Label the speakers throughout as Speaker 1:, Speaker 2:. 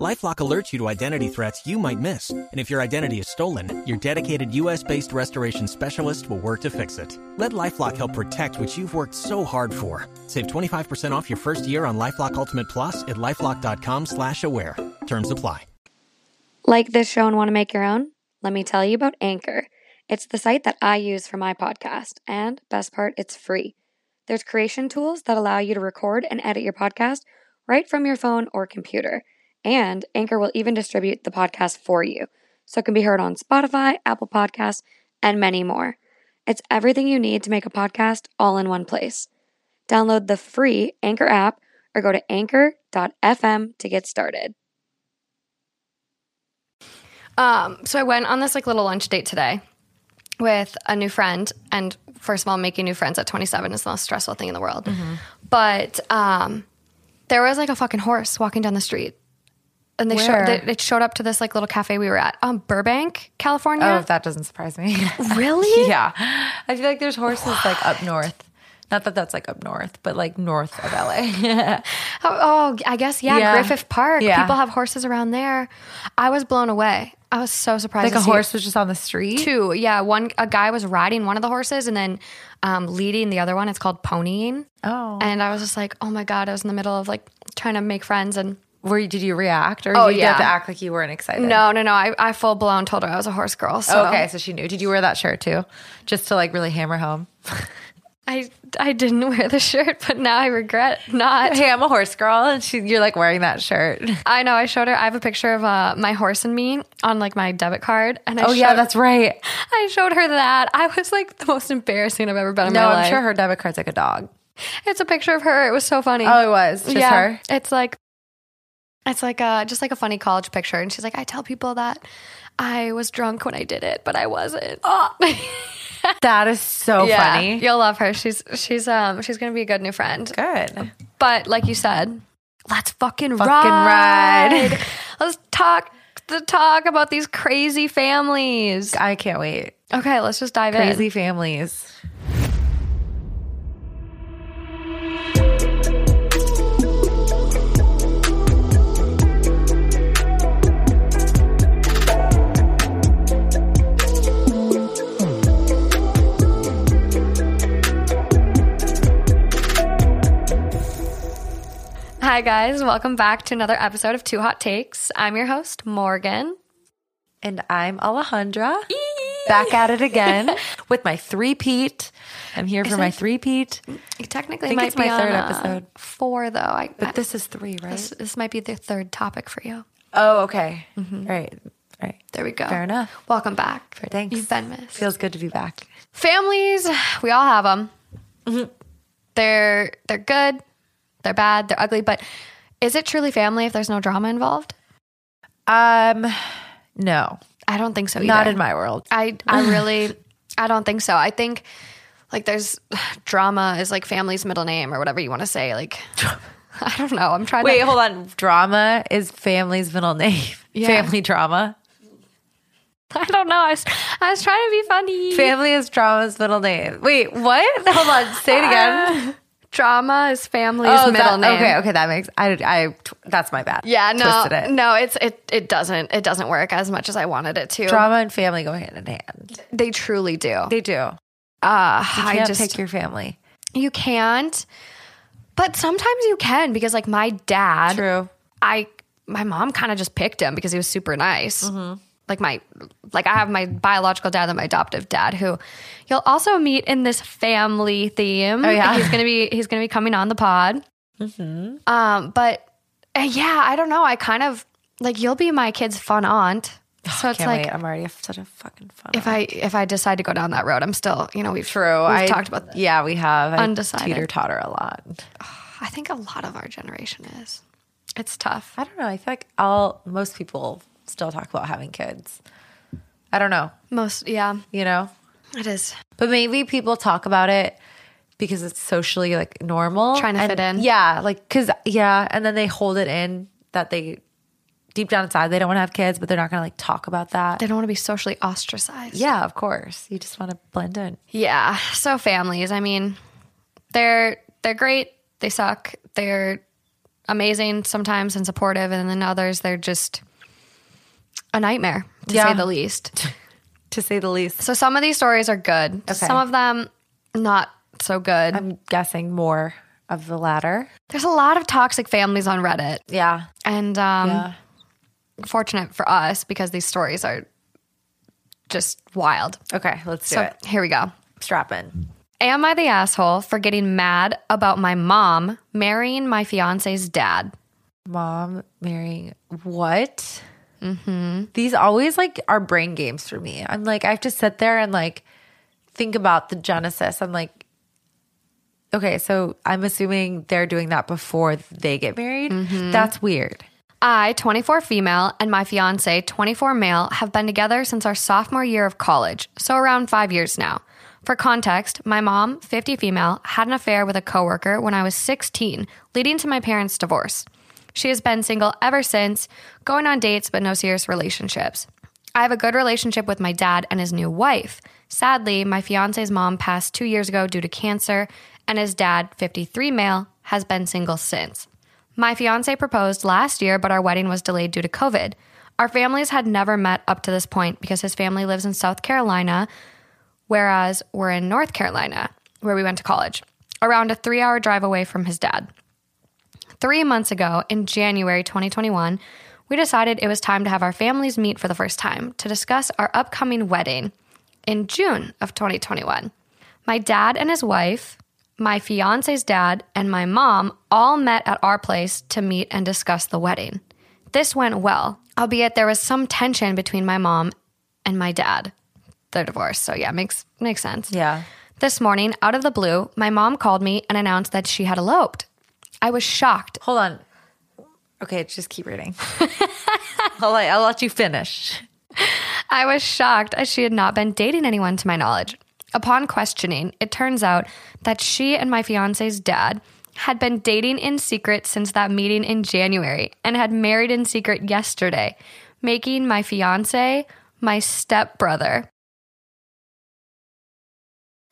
Speaker 1: Lifelock alerts you to identity threats you might miss. And if your identity is stolen, your dedicated US based restoration specialist will work to fix it. Let Lifelock help protect what you've worked so hard for. Save 25% off your first year on Lifelock Ultimate Plus at lifelock.com slash aware. Terms apply.
Speaker 2: Like this show and want to make your own? Let me tell you about Anchor. It's the site that I use for my podcast, and best part, it's free. There's creation tools that allow you to record and edit your podcast right from your phone or computer. And Anchor will even distribute the podcast for you, so it can be heard on Spotify, Apple Podcasts, and many more. It's everything you need to make a podcast all in one place. Download the free Anchor app or go to anchor.fm to get started.
Speaker 3: Um, so I went on this like little lunch date today with a new friend. And first of all, making new friends at 27 is the most stressful thing in the world. But um, there was like a fucking horse walking down the street. And they showed
Speaker 4: Where?
Speaker 3: they, it showed up to this like little cafe we were at on Burbank,
Speaker 4: Oh,
Speaker 3: California.
Speaker 4: that doesn't surprise me.
Speaker 3: really?
Speaker 4: yeah. I feel like there's horses like up north. Not that that's like up north, but like north of LA.
Speaker 3: Oh, oh, I guess yeah,
Speaker 4: Yeah.
Speaker 3: Griffith Park.
Speaker 4: Yeah.
Speaker 3: People have horses around there. I was blown away. I was so surprised.
Speaker 4: like
Speaker 3: to
Speaker 4: a
Speaker 3: see
Speaker 4: horse was just on the street.
Speaker 3: Two, yeah. One, a guy was riding one of the horses and then um, leading the other one. It's called ponying.
Speaker 4: Oh.
Speaker 3: And I was just like, oh my god, I was in the middle of like trying to make friends and
Speaker 4: Were you, did you react or
Speaker 3: Oh,
Speaker 4: you have to
Speaker 3: yeah.
Speaker 4: act like you weren't excited?
Speaker 3: no, no, no. I, I full blown told her I was a horse girl. So
Speaker 4: Okay, so she knew. Did you wear that shirt too? Just to like really hammer home.
Speaker 3: I I didn't wear the shirt, but now I regret not.
Speaker 4: Hey, I'm a horse girl, and she, you're like wearing that shirt.
Speaker 3: I know I showed her. I have a picture of uh, my horse and me on like my debit card, and I
Speaker 4: Oh yeah,
Speaker 3: showed-
Speaker 4: that's right.
Speaker 3: I showed her that. I was like the most embarrassing I've ever been in
Speaker 4: No,
Speaker 3: my
Speaker 4: I'm
Speaker 3: life.
Speaker 4: sure her debit card's like a dog.
Speaker 3: It's a picture of her. It was so funny.
Speaker 4: Oh, it was just
Speaker 3: yeah,
Speaker 4: her.
Speaker 3: It's like it's like a just like a funny college picture, and she's like, I tell people that I was drunk when I did it, but I wasn't.
Speaker 4: That is so
Speaker 3: Yeah,
Speaker 4: Ah. funny.
Speaker 3: You'll love her. She's she's um she's gonna be a good new friend.
Speaker 4: Good.
Speaker 3: But like you said, let's fucking,
Speaker 4: Fucking
Speaker 3: ride.
Speaker 4: ride.
Speaker 3: let's talk the talk about these crazy families.
Speaker 4: I can't wait.
Speaker 3: Okay, let's just dive in.
Speaker 4: Crazy families.
Speaker 3: Hi guys, welcome back to another episode of Two Hot Takes. I'm your host Morgan.
Speaker 4: And I'm Alejandra. Back at it again with my three peat. I'm here for my three peat.
Speaker 3: You technically
Speaker 4: Think
Speaker 3: might
Speaker 4: it's
Speaker 3: be
Speaker 4: my third
Speaker 3: on, uh,
Speaker 4: episode.
Speaker 3: four though. I,
Speaker 4: But this is three, right?
Speaker 3: this this might be the third topic for you.
Speaker 4: oh, okay. Right. Right.
Speaker 3: There we go.
Speaker 4: Fair enough.
Speaker 3: Welcome back.
Speaker 4: Thanks.
Speaker 3: You've been missed.
Speaker 4: Feels good to be back.
Speaker 3: families we all have them
Speaker 4: Mm-hmm.
Speaker 3: they're they're good they're bad they're ugly but is it truly family if there's no drama involved
Speaker 4: Um, no,
Speaker 3: i don't think so either.
Speaker 4: not in my world.
Speaker 3: i i really i don't think so i think like there's drama is like family's middle name or whatever you want to say like i don't know i'm trying
Speaker 4: Wait,
Speaker 3: to
Speaker 4: hold on. Drama is family's middle name.
Speaker 3: Yeah.
Speaker 4: Family drama.
Speaker 3: i don't know I was, I was trying to be funny
Speaker 4: Family is drama's middle name. Wait, what? Hold on. Say it again. Oh,
Speaker 3: drama is family's middle
Speaker 4: that-
Speaker 3: name
Speaker 4: Okay, okay, that makes I I tw- that's my bad.
Speaker 3: yeah no
Speaker 4: Twisted it.
Speaker 3: no it's it it doesn't it doesn't work as much as i wanted it to
Speaker 4: Drama and family go hand in hand.
Speaker 3: they truly do
Speaker 4: They do. You
Speaker 3: Uh, I
Speaker 4: can't
Speaker 3: just
Speaker 4: pick your family.
Speaker 3: you can't, but sometimes you can because like my dad,
Speaker 4: True.
Speaker 3: I my mom kind of just picked him because he was super nice.
Speaker 4: Mm-hmm.
Speaker 3: Like my like I have my biological dad and my adoptive dad who you'll also meet in this family theme.
Speaker 4: Oh, yeah. Mm-hmm.
Speaker 3: he's gonna be he's gonna be coming on the pod. Um, but uh, yeah, I don't know. I kind of like you'll be my kid's fun aunt. So it's
Speaker 4: Oh, Can't
Speaker 3: like
Speaker 4: wait. I'm already such a fucking fun.
Speaker 3: if I if I decide to go down that road, I'm still you know we've
Speaker 4: True.
Speaker 3: We've
Speaker 4: I
Speaker 3: talked about that.
Speaker 4: Yeah, we have.
Speaker 3: Undecided.
Speaker 4: Teeter totter a lot.
Speaker 3: I think a lot of our generation is. It's tough.
Speaker 4: I don't know. I feel like all most people still talk about having kids. I don't know.
Speaker 3: Most, yeah,
Speaker 4: You know,
Speaker 3: it is.
Speaker 4: but maybe people talk about it because it's socially like normal,
Speaker 3: Trying to
Speaker 4: And-
Speaker 3: fit in.
Speaker 4: Yeah, like because yeah, and then they hold it in that they deep down inside they don't want to have kids, but they're not going to like talk about that.
Speaker 3: They don't want to be socially ostracized.
Speaker 4: Yeah, of course. You just want to blend in.
Speaker 3: Yeah. So families, I mean, they're they're great. They suck. They're amazing sometimes and supportive, and then others they're just a nightmare to
Speaker 4: Yeah.
Speaker 3: say the least.
Speaker 4: To say the least,
Speaker 3: So some of these stories are good. Some of them not so good.
Speaker 4: I'm guessing more of the latter.
Speaker 3: There's a lot of toxic families on Reddit,
Speaker 4: Yeah.
Speaker 3: and um,
Speaker 4: Yeah.
Speaker 3: fortunate for us because these stories are just wild.
Speaker 4: Okay, let's do
Speaker 3: So
Speaker 4: it.
Speaker 3: here we go.
Speaker 4: Strap in.
Speaker 3: Am I the asshole for getting mad about my mom marrying my fiance's dad?
Speaker 4: Mom marrying what? Mm-hmm. These always like are brain games for me. I'm like, I have to sit there and like think about the genesis. I'm like, okay, so I'm assuming they're doing that before they get married. That's weird.
Speaker 3: I, 24 female, and my fiance, 24 male, have been together since our sophomore year of college, so around five years now. For context, my mom, 50 female, had an affair with a coworker when I was 16, leading to my parents' divorce. She has been single ever since, going on dates but no serious relationships. I have a good relationship with my dad and his new wife. Sadly, my fiance's mom passed two years ago due to cancer, and his dad, 53 male, has been single since. My fiance proposed last year, but our wedding was delayed due to COVID. Our families had never met up to this point because his family lives in South Carolina, whereas we're in North Carolina, where we went to college, around a three hour drive away from his dad. Three months ago, in January 2021, we decided it was time to have our families meet for the first time to discuss our upcoming wedding in June of 2021. My dad and his wife, my fiance's dad, and my mom all met at our place to meet and discuss the wedding. This went well, albeit there was some tension between my mom and my dad. They're divorced, so yeah, makes makes sense.
Speaker 4: Yeah.
Speaker 3: This morning, out of the blue, my mom called me and announced that she had eloped. I was shocked
Speaker 4: Hold on. Okay, just keep reading. I'll, let- I'll let you finish.
Speaker 3: I was shocked as she had not been dating anyone to my knowledge. Upon questioning, it turns out that she and my fiance's dad had been dating in secret since that meeting in January and had married in secret yesterday, making my fiance my stepbrother.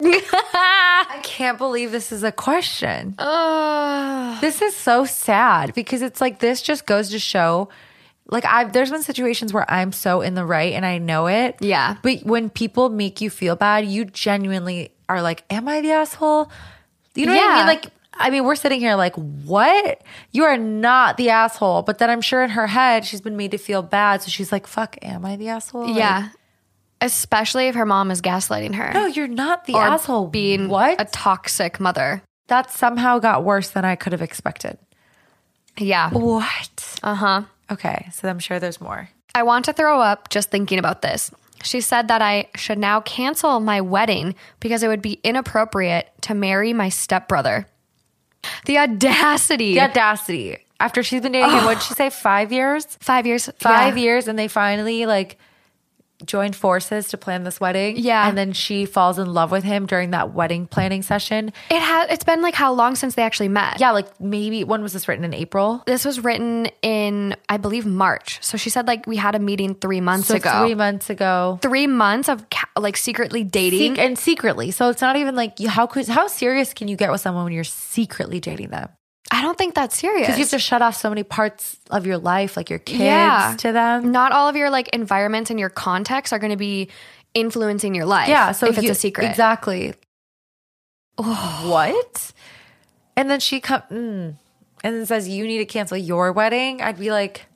Speaker 4: I can't believe this is a question.
Speaker 3: Ugh.
Speaker 4: This is so sad because it's like this just goes to show like I've there's been situations where I'm so in the right and I know it.
Speaker 3: Yeah.
Speaker 4: But when people make you feel bad, you genuinely are like, Am I the asshole? You know what I
Speaker 3: Yeah.
Speaker 4: mean? Like I mean, we're sitting here like, what? You are not the asshole. But then I'm sure in her head she's been made to feel bad. So she's like, fuck, am I the asshole? Like,
Speaker 3: yeah. Especially if her mom is gaslighting her.
Speaker 4: no, you're not the
Speaker 3: or
Speaker 4: asshole.
Speaker 3: Being
Speaker 4: what?
Speaker 3: a toxic mother.
Speaker 4: that somehow got worse than I could have expected.
Speaker 3: Yeah.
Speaker 4: What?
Speaker 3: Uh huh.
Speaker 4: Okay, so I'm sure there's more.
Speaker 3: I want to throw up just thinking about this. She said that I should now cancel my wedding because it would be inappropriate to marry my stepbrother. The audacity.
Speaker 4: The audacity. After she's been dating him, what'd she say? Five years?
Speaker 3: Five years.
Speaker 4: Five
Speaker 3: yeah.
Speaker 4: years, and they finally like joined forces to plan this wedding.
Speaker 3: Yeah.
Speaker 4: And then she falls in love with him during that wedding planning session.
Speaker 3: It has. It's been like how long since they actually met?
Speaker 4: Yeah, like maybe when was this written in April?
Speaker 3: This was written in, I believe, March. So she said like we had a meeting three months
Speaker 4: So
Speaker 3: ago.
Speaker 4: three months ago.
Speaker 3: Three months of ca- like secretly dating.
Speaker 4: Sec- and secretly. So it's not even like you, how could how serious can you get with someone when you're secretly dating them?
Speaker 3: I don't think that's serious.
Speaker 4: Because you have to shut off so many parts of your life, like your kids
Speaker 3: Yeah.
Speaker 4: to them.
Speaker 3: not all of your like environments and your contexts are going to be influencing your life.
Speaker 4: Yeah, so
Speaker 3: if
Speaker 4: you-
Speaker 3: it's a secret,
Speaker 4: exactly. What? And then she comes mm, and then says, "You need to cancel your wedding." I'd be like,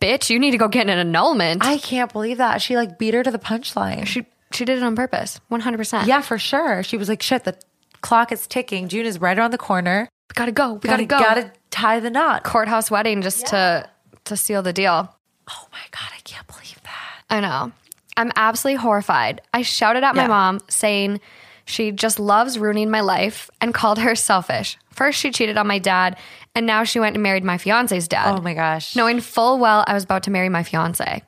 Speaker 3: bitch, you need to go get an annulment.
Speaker 4: "I can't believe that." She like beat her to the punchline.
Speaker 3: she she did it on purpose, one hundred percent.
Speaker 4: yeah, for sure. She was like, "Shit, the clock is ticking. June is right around the corner.
Speaker 3: we gotta go. We gotta, go.
Speaker 4: Gotta tie the knot."
Speaker 3: courthouse wedding just to to seal the deal.
Speaker 4: Oh my god, I can't believe that.
Speaker 3: I know. I'm absolutely horrified. I shouted at my
Speaker 4: Yeah.
Speaker 3: mom saying she just loves ruining my life and called her selfish. First, she cheated on my dad, and now she went and married my fiance's dad.
Speaker 4: Oh my gosh.
Speaker 3: knowing full well I was about to marry my fiance.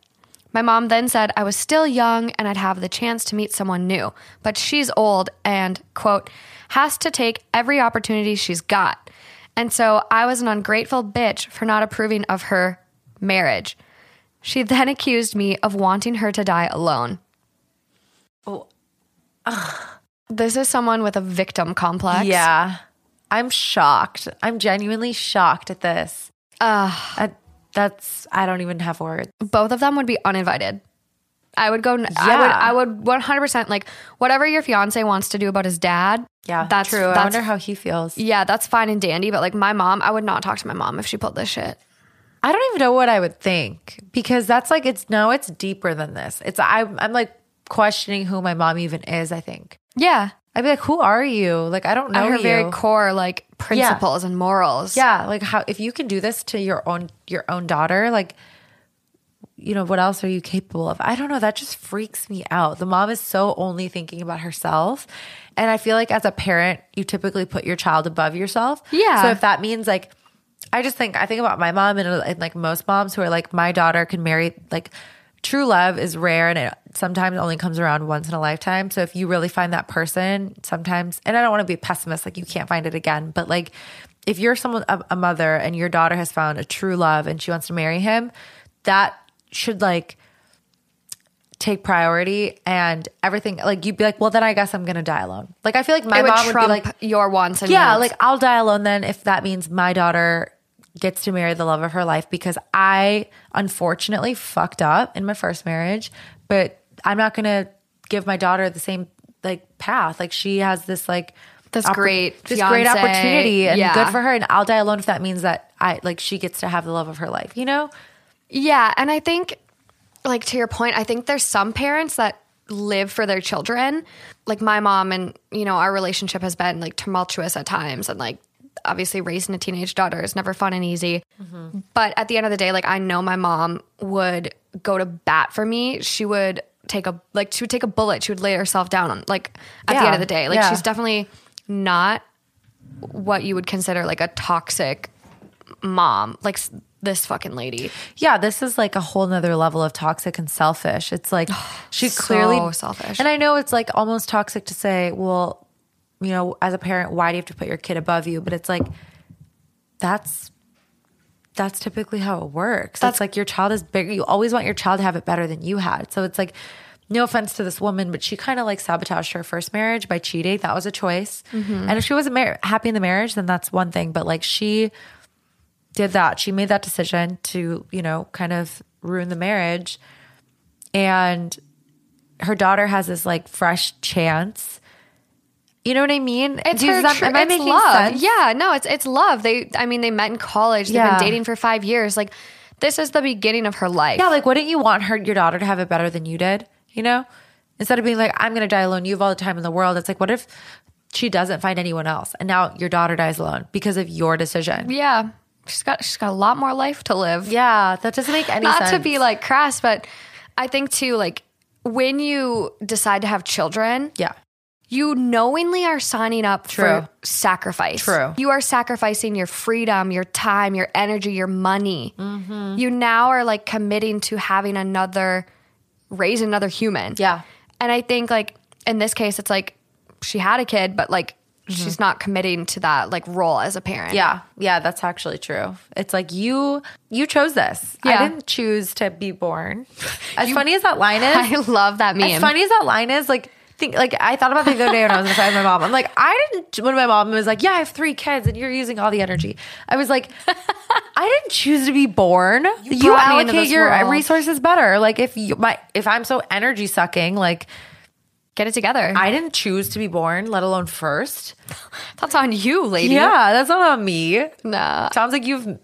Speaker 3: My mom then said I was still young and I'd have the chance to meet someone new, but she's old and, quote, has to take every opportunity she's got. And so I was an ungrateful bitch for not approving of her marriage. She then accused me of wanting her to die alone.
Speaker 4: Oh.
Speaker 3: This is someone with a victim complex.
Speaker 4: Yeah. I'm shocked. I'm genuinely shocked at this.
Speaker 3: Ugh.
Speaker 4: That, that's, I don't even have words.
Speaker 3: both of them would be uninvited. I would go.
Speaker 4: Yeah.
Speaker 3: I would. I would one hundred percent like whatever your fiance wants to do about his dad.
Speaker 4: Yeah.
Speaker 3: that's
Speaker 4: true.
Speaker 3: That's,
Speaker 4: I wonder how he feels.
Speaker 3: yeah, that's fine and dandy. But like my mom, I would not talk to my mom if she pulled this shit.
Speaker 4: I don't even know what I would think because that's like, it's no, it's deeper than this. It's, I'm, I'm like questioning who my mom even is, I think.
Speaker 3: Yeah,
Speaker 4: I'd be like, who are you? Like, I don't know
Speaker 3: at her
Speaker 4: Oh, you.
Speaker 3: very core, like principles and morals.
Speaker 4: Yeah, like how if you can do this to your own your own daughter, like you know, what else are you capable of? I don't know, that just freaks me out. The mom is so only thinking about herself. And I feel like as a parent, you typically put your child above yourself.
Speaker 3: Yeah.
Speaker 4: So if that means like I just think I think about my mom and, uh, and like most moms who are like my daughter can marry like true love is rare and it sometimes only comes around once in a lifetime. So if you really find that person, sometimes and I don't want to be a pessimist like you can't find it again, but like if you're someone a, a mother and your daughter has found a true love and she wants to marry him, that should like take priority and everything like you'd be like, well then I guess I'm gonna die alone. Like I feel like my
Speaker 3: it would
Speaker 4: mom would be
Speaker 3: trump
Speaker 4: like
Speaker 3: your wants and
Speaker 4: yeah,
Speaker 3: needs.
Speaker 4: like I'll die alone then if that means my daughter gets to marry the love of her life because I unfortunately fucked up in my first marriage, but I'm not gonna give my daughter the same like path. Like she has this like
Speaker 3: This great
Speaker 4: this great
Speaker 3: fiance.
Speaker 4: opportunity and
Speaker 3: Yeah.
Speaker 4: good for her. And I'll die alone if that means that I like she gets to have the love of her life. You know?
Speaker 3: Yeah, and I think like to your point, I think there's some parents that live for their children. Like my mom and, you know, our relationship has been like tumultuous at times and like obviously raising a teenage daughter is never fun and easy.
Speaker 4: Mm-hmm.
Speaker 3: But at the end of the day, like I know my mom would go to bat for me. She would take a like she would take a bullet. She would lay herself down on like at the
Speaker 4: Yeah,
Speaker 3: end of the day. Like
Speaker 4: yeah.
Speaker 3: she's definitely not what you would consider like a toxic mom. Like s- this fucking lady.
Speaker 4: Yeah, this is like a whole nother level of toxic and selfish. It's like she
Speaker 3: So
Speaker 4: clearly
Speaker 3: selfish.
Speaker 4: And I know it's like almost toxic to say, well, you know, as a parent, why do you have to put your kid above you? But it's like that's that's typically how it works. That's like your child is bigger. You always want your child to have it better than you had. So it's like no offense to this woman, but she kind of like sabotaged her first marriage by cheating. That was a choice.
Speaker 3: Mm-hmm.
Speaker 4: And if she wasn't mar- happy in the marriage, then that's one thing. But like she did that. She made that decision to, you know, kind of ruin the marriage. And her daughter has this like fresh chance. You know what I mean?
Speaker 3: It's her
Speaker 4: that-
Speaker 3: tru-
Speaker 4: am I
Speaker 3: it's
Speaker 4: making
Speaker 3: love.
Speaker 4: sense?
Speaker 3: Yeah, no, it's it's love. They I mean they met in college. They've
Speaker 4: Yeah.
Speaker 3: been dating for 5 years. Like this is the beginning of her life.
Speaker 4: Yeah, like wouldn't you want her your daughter to have it better than you did? You know? Instead of being like, I'm gonna die alone, you have all the time in the world. It's like, what if she doesn't find anyone else and now your daughter dies alone because of your decision?
Speaker 3: yeah. She's got she's got a lot more life to live.
Speaker 4: Yeah, that doesn't make any
Speaker 3: Not
Speaker 4: sense.
Speaker 3: to be like crass, but I think too like when you decide to have children,
Speaker 4: Yeah.
Speaker 3: you knowingly are signing up
Speaker 4: True.
Speaker 3: for sacrifice.
Speaker 4: True.
Speaker 3: You are sacrificing your freedom, your time, your energy, your money.
Speaker 4: Mm-hmm.
Speaker 3: You now are like committing to having another, raise another human.
Speaker 4: Yeah.
Speaker 3: And I think like in this case, it's like she had a kid, but like she's not committing to that like role as a parent.
Speaker 4: Mm-hmm. Yeah, yeah, that's actually true. It's like you you chose this. I
Speaker 3: Yeah.
Speaker 4: didn't choose to be born. As funny as that line is,
Speaker 3: I love that meme.
Speaker 4: as funny as that line is, like think like I thought about that the other day when I was inside my mom. I'm like, I didn't when my mom was like, Yeah, I have three kids and you're using all the energy. I was like, I didn't choose to be born. You,
Speaker 3: brought me into
Speaker 4: allocate
Speaker 3: this
Speaker 4: your
Speaker 3: world.
Speaker 4: resources better. Like if you my if I'm so energy sucking, like
Speaker 3: Get it together.
Speaker 4: I didn't choose to be born, let alone first.
Speaker 3: That's on you, lady.
Speaker 4: Yeah, that's not on me.
Speaker 3: Nah.
Speaker 4: Sounds like you've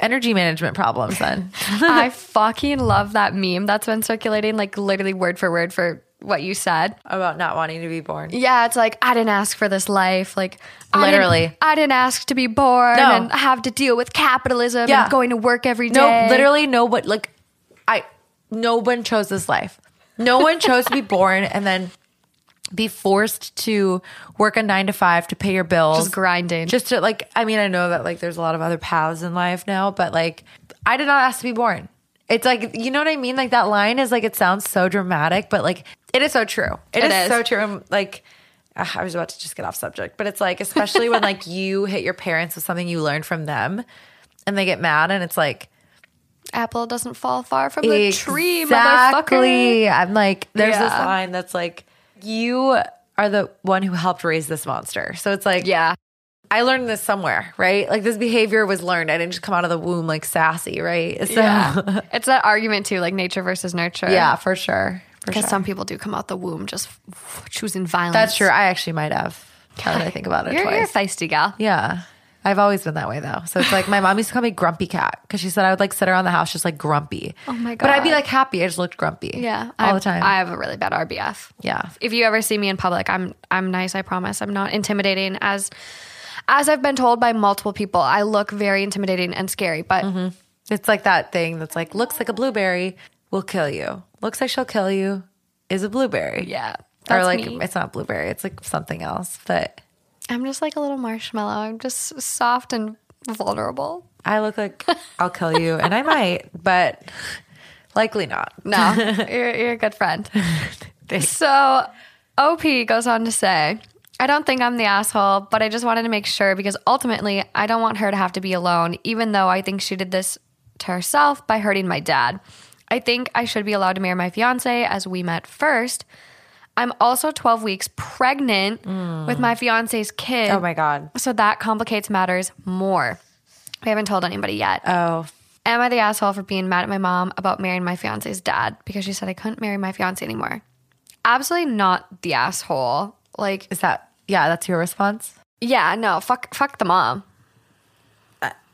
Speaker 4: energy management problems then.
Speaker 3: I fucking love that meme that's been circulating, like literally word for word for what you said.
Speaker 4: About not wanting to be born.
Speaker 3: Yeah, it's like I didn't ask for this life. Like I didn't-
Speaker 4: Literally.
Speaker 3: I didn't ask to be born
Speaker 4: No.
Speaker 3: and have to deal with capitalism
Speaker 4: Yeah.
Speaker 3: and going to work every day.
Speaker 4: No, literally no but like I no one chose this life. No one chose to be born and then be forced to work a nine to five to pay your bills.
Speaker 3: Just grinding.
Speaker 4: Just to like I mean, I know that like there's a lot of other paths in life now, but like I did not ask to be born. It's like you know what I mean? Like that line is like it sounds so dramatic, but like it is so true.
Speaker 3: It
Speaker 4: it is,
Speaker 3: is.
Speaker 4: so true. And, Like ah, I was about to just get off subject, but it's like especially when like you hit your parents with something you learned from them and they get mad and it's like
Speaker 3: Apple doesn't fall far from the tree, motherfucker.
Speaker 4: Exactly. I'm like, there's this
Speaker 3: Yeah.
Speaker 4: line that's like, you are the one who helped raise this monster. So it's like,
Speaker 3: Yeah.
Speaker 4: I learned this somewhere, right? Like this behavior was learned. I didn't just come out of the womb like sassy, right? So
Speaker 3: Yeah. it's that argument too, like nature versus nurture.
Speaker 4: Yeah, for sure. For
Speaker 3: Because
Speaker 4: sure.
Speaker 3: some people do come out the womb just f- choosing violence.
Speaker 4: That's true. I actually might have. Now that I think about it
Speaker 3: You're,
Speaker 4: twice.
Speaker 3: you're a feisty gal.
Speaker 4: Yeah. I've always been that way though. So it's like my mom used to call me grumpy cat because she said I would like sit around the house just like grumpy. Oh
Speaker 3: my
Speaker 4: But I'd be
Speaker 3: God.
Speaker 4: like happy. I just looked grumpy.
Speaker 3: Yeah,
Speaker 4: All
Speaker 3: I-
Speaker 4: the time.
Speaker 3: I have a really bad RBF.
Speaker 4: yeah.
Speaker 3: If you ever see me in public, I'm I'm nice. I promise. I'm not intimidating. As as I've been told by multiple people, I look very intimidating and scary. But
Speaker 4: It's like that thing that's like looks like a blueberry will kill you. Looks like she'll kill you is a blueberry.
Speaker 3: yeah,
Speaker 4: Or
Speaker 3: that's
Speaker 4: like
Speaker 3: me.
Speaker 4: it's not blueberry, it's like something else. But
Speaker 3: I'm just like a little marshmallow. I'm just soft and vulnerable.
Speaker 4: I look like I'll kill you and I might, but likely not.
Speaker 3: No, you're, you're a good friend. so, OP goes on to say, I don't think I'm the asshole, but I just wanted to make sure because ultimately I don't want her to have to be alone, even though I think she did this to herself by hurting my dad. I think I should be allowed to marry my fiance as we met first. I'm also 12 weeks pregnant with my fiance's kid.
Speaker 4: Mm. Oh my God.
Speaker 3: So that complicates matters more. We haven't told anybody yet.
Speaker 4: Oh.
Speaker 3: Am I the asshole for being mad at my mom about marrying my fiance's dad because she said I couldn't marry my fiance anymore? Absolutely not the asshole. Like,
Speaker 4: Is that yeah, that's your response?
Speaker 3: yeah, no, fuck, fuck the mom.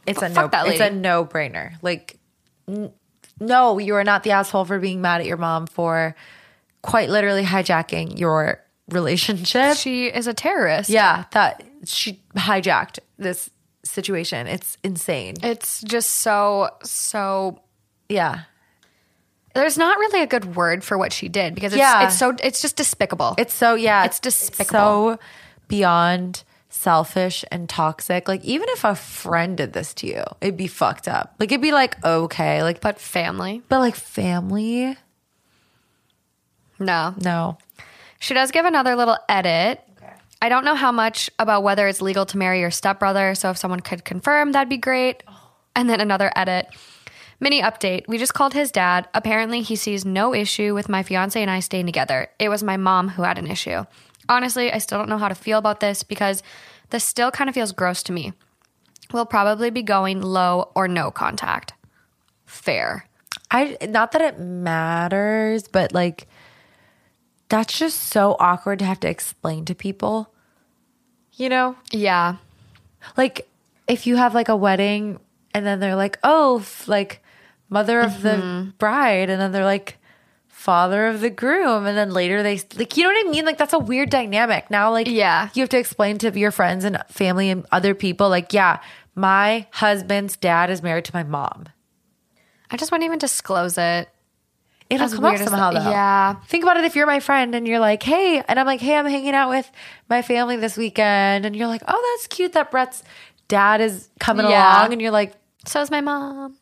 Speaker 4: It's a
Speaker 3: Uh, Fuck
Speaker 4: no.
Speaker 3: that
Speaker 4: It's a
Speaker 3: lady.
Speaker 4: no brainer. Like, n- no, you are not the asshole for being mad at your mom for quite literally hijacking your relationship.
Speaker 3: She is a terrorist.
Speaker 4: yeah, that she hijacked this situation. It's insane.
Speaker 3: It's just so, so.
Speaker 4: Yeah,
Speaker 3: There's not really a good word for what she did because it's,
Speaker 4: Yeah.
Speaker 3: it's so, it's just despicable.
Speaker 4: it's so yeah,
Speaker 3: It's
Speaker 4: So beyond selfish and toxic. Like even if a friend did this to you, it'd be fucked up. Like it'd be like okay, like but
Speaker 3: but family,
Speaker 4: but like family,
Speaker 3: no.
Speaker 4: no.
Speaker 3: She does give another little edit. I don't know how much about whether it's legal to marry your stepbrother, so if someone could confirm, that'd be great.
Speaker 4: Oh.
Speaker 3: And then another edit. Mini update. We just called his dad. Apparently, he sees no issue with my fiance and I staying together. It was my mom who had an issue. Honestly, I still don't know how to feel about this because this still kind of feels gross to me. We'll probably be going low or no contact. Fair.
Speaker 4: I not that it matters, but like that's just so awkward to have to explain to people. You know?
Speaker 3: Yeah.
Speaker 4: Like if you have like a wedding and then they're like, "Oh, f- like mother of
Speaker 3: Mm-hmm.
Speaker 4: the bride," and then they're like father of the groom and then later they like you know what i mean like that's a weird dynamic now like
Speaker 3: Yeah.
Speaker 4: you have to explain to your friends and family and other people like yeah my husband's dad is married to my mom
Speaker 3: I just wouldn't even disclose it.
Speaker 4: it'll
Speaker 3: As
Speaker 4: come up
Speaker 3: weird as
Speaker 4: somehow
Speaker 3: that-
Speaker 4: though
Speaker 3: Yeah.
Speaker 4: Think about it if you're my friend and you're like, hey, and I'm like, hey, I'm hanging out with my family this weekend. And you're like, oh, that's cute that Brett's dad is coming
Speaker 3: Yeah.
Speaker 4: along. And you're like,
Speaker 3: So is my mom.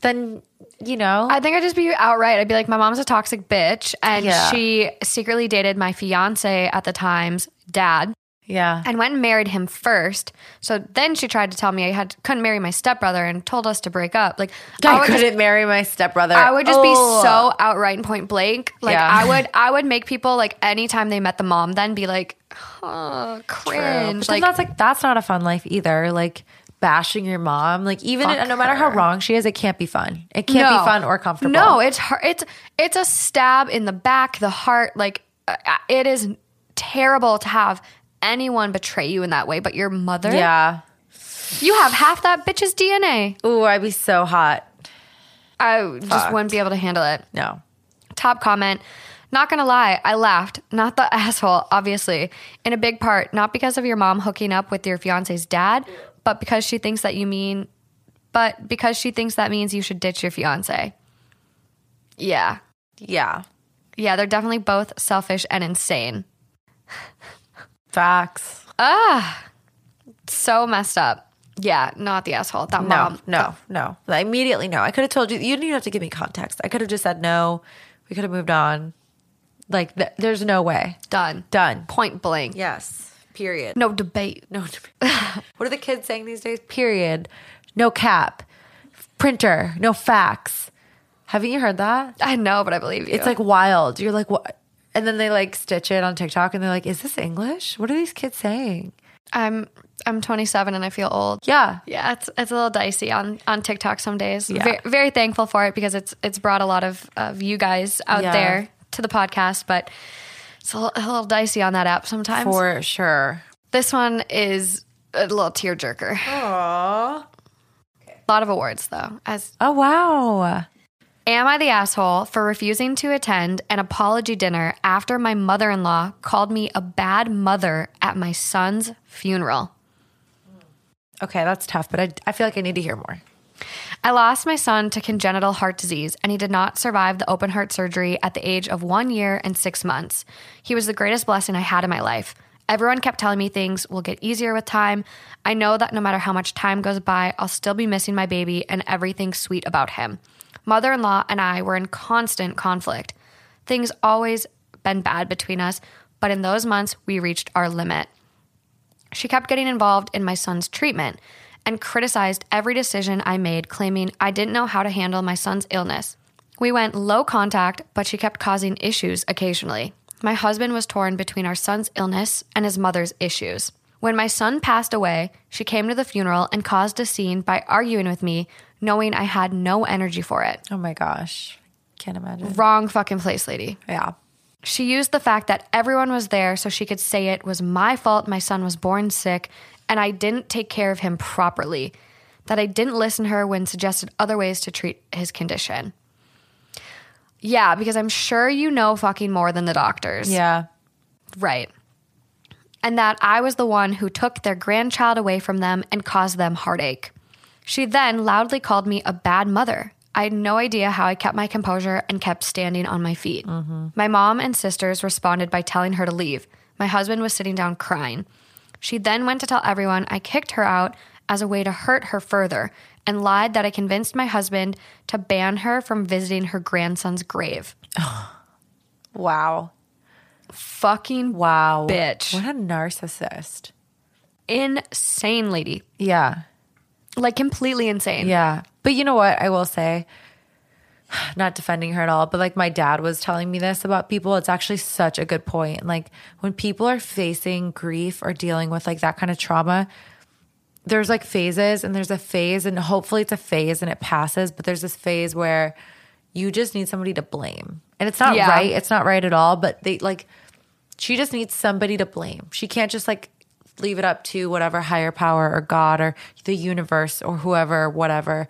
Speaker 4: then, you know,
Speaker 3: I think I'd just be outright. I'd be like, my mom's a toxic bitch, and
Speaker 4: Yeah.
Speaker 3: she secretly dated my fiance at the time's dad,
Speaker 4: yeah.
Speaker 3: and went and married him first. So then she tried to tell me I had couldn't marry my stepbrother, and told us to break up. Like
Speaker 4: I,
Speaker 3: would
Speaker 4: couldn't
Speaker 3: just-
Speaker 4: marry my stepbrother.
Speaker 3: I would just be
Speaker 4: Oh.
Speaker 3: so outright and point blank. Like
Speaker 4: Yeah.
Speaker 3: I would, I would make people like anytime they met the mom, then be like, oh, cringe.
Speaker 4: But then
Speaker 3: Like
Speaker 4: that's like, that's not a fun life either. Like, bashing your mom like even
Speaker 3: Fuck
Speaker 4: no matter how
Speaker 3: her.
Speaker 4: wrong she is it can't be fun it can't be fun or comfortable
Speaker 3: No, it's har- it's it's a stab in the back, the heart. Like uh, uh, it is terrible to have anyone betray you in that way, but your mother.
Speaker 4: yeah
Speaker 3: you have half that bitch's DNA.
Speaker 4: ooh i'd be so hot
Speaker 3: I just wouldn't be able to handle it.
Speaker 4: no
Speaker 3: Top comment. Not gonna lie, I laughed. Not the asshole, obviously. In a big part, not because of your mom hooking up with your fiance's dad, but because she thinks that you mean, but because she thinks that means you should ditch your fiance. Yeah,
Speaker 4: yeah
Speaker 3: Yeah, they're definitely both selfish and insane.
Speaker 4: facts
Speaker 3: So messed up. Yeah, not the asshole. That
Speaker 4: No,
Speaker 3: mom.
Speaker 4: no, no. I immediately no. I could have told you. You didn't even have to give me context. I could have just said no. We could have moved on. Like th- there's no way.
Speaker 3: Done.
Speaker 4: Done.
Speaker 3: Point blank.
Speaker 4: Yes. Period.
Speaker 3: No debate.
Speaker 4: No. what are the kids saying these days? Period. No cap. printer, no fax. Haven't you heard that?
Speaker 3: I know, but I believe you.
Speaker 4: It's like wild. You're like, what? And then they like stitch it on TikTok and they're like, is this English? What are these kids saying?
Speaker 3: I'm I'm 27 and I feel old.
Speaker 4: Yeah.
Speaker 3: Yeah, it's it's a little dicey on on TikTok some days. Very, very thankful for it because it's it's brought a lot of of you guys out
Speaker 4: Yeah.
Speaker 3: there to the podcast, but it's a little, a little dicey on that app sometimes.
Speaker 4: For sure.
Speaker 3: this one is a little tearjerker. Aww. A lot of awards though. As
Speaker 4: Oh, wow.
Speaker 3: Am I the asshole for refusing to attend an apology dinner after my mother in law called me a bad mother at my son's funeral?
Speaker 4: Okay, that's tough, but I, I feel like I need to hear more.
Speaker 3: I lost my son to congenital heart disease, and he did not survive the open heart surgery at the age of one year and six months. He was the greatest blessing I had in my life. Everyone kept telling me things will get easier with time. I know that no matter how much time goes by, I'll still be missing my baby and everything sweet about him. Mother in law and I were in constant conflict. Things always been bad between us, but in those months, we reached our limit. She kept getting involved in my son's treatment and criticized every decision I made, claiming I didn't know how to handle my son's illness. We went low contact, but she kept causing issues occasionally. My husband was torn between our son's illness and his mother's issues. When my son passed away, she came to the funeral and caused a scene by arguing with me, knowing I had no energy for it.
Speaker 4: Oh my gosh. Can't imagine.
Speaker 3: Wrong fucking place, lady.
Speaker 4: Yeah.
Speaker 3: She used the fact that everyone was there so she could say it was my fault my son was born sick and I didn't take care of him properly, that I didn't listen to her when suggested other ways to treat his condition. Yeah, because I'm sure you know fucking more than the doctors.
Speaker 4: Yeah.
Speaker 3: Right. And that I was the one who took their grandchild away from them and caused them heartache. She then loudly called me a bad mother. I had no idea how I kept my composure and kept standing on my feet. My mom and sisters responded by telling her to leave. My husband was sitting down crying. She then went to tell everyone I kicked her out as a way to hurt her further and lied that I convinced my husband to ban her from visiting her grandson's grave.
Speaker 4: Wow.
Speaker 3: Fucking
Speaker 4: Wow.
Speaker 3: Bitch.
Speaker 4: What a narcissist.
Speaker 3: insane lady.
Speaker 4: Yeah.
Speaker 3: like completely insane.
Speaker 4: Yeah. But you know what? I will say, not defending her at all, but like my dad was telling me this about people. It's actually such a good point. Like when people are facing grief or dealing with like that kind of trauma, there's like phases and there's a phase, and hopefully it's a phase and it passes, but there's this phase where you just need somebody to blame. And it's not
Speaker 3: Yeah.
Speaker 4: right. It's not right at all, but they like, she just needs somebody to blame. She can't just like leave it up to whatever higher power or God or the universe or whoever, whatever,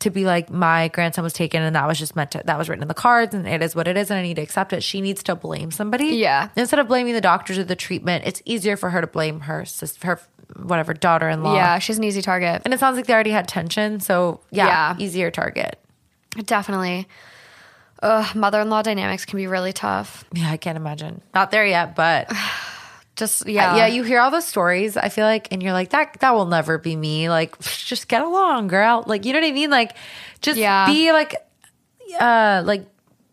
Speaker 4: to be like, my grandson was taken and that was just meant to, that was written in the cards and it is what it is and I need to accept it. She needs to blame somebody.
Speaker 3: Yeah.
Speaker 4: Instead of blaming the doctors or the treatment, it's easier for her to blame her, sis- her whatever daughter in law.
Speaker 3: Yeah, she's an easy target.
Speaker 4: And it sounds like they already had tension. So
Speaker 3: Yeah.
Speaker 4: yeah. easier target.
Speaker 3: Definitely. Ugh, mother-in-law dynamics can be really tough.
Speaker 4: Yeah, I can't imagine. Not there yet, but
Speaker 3: Just
Speaker 4: Uh, yeah.
Speaker 3: yeah.
Speaker 4: you hear all those stories i feel like and you're like that that will never be me like just get along girl like you know what i mean like just
Speaker 3: Yeah.
Speaker 4: be like uh like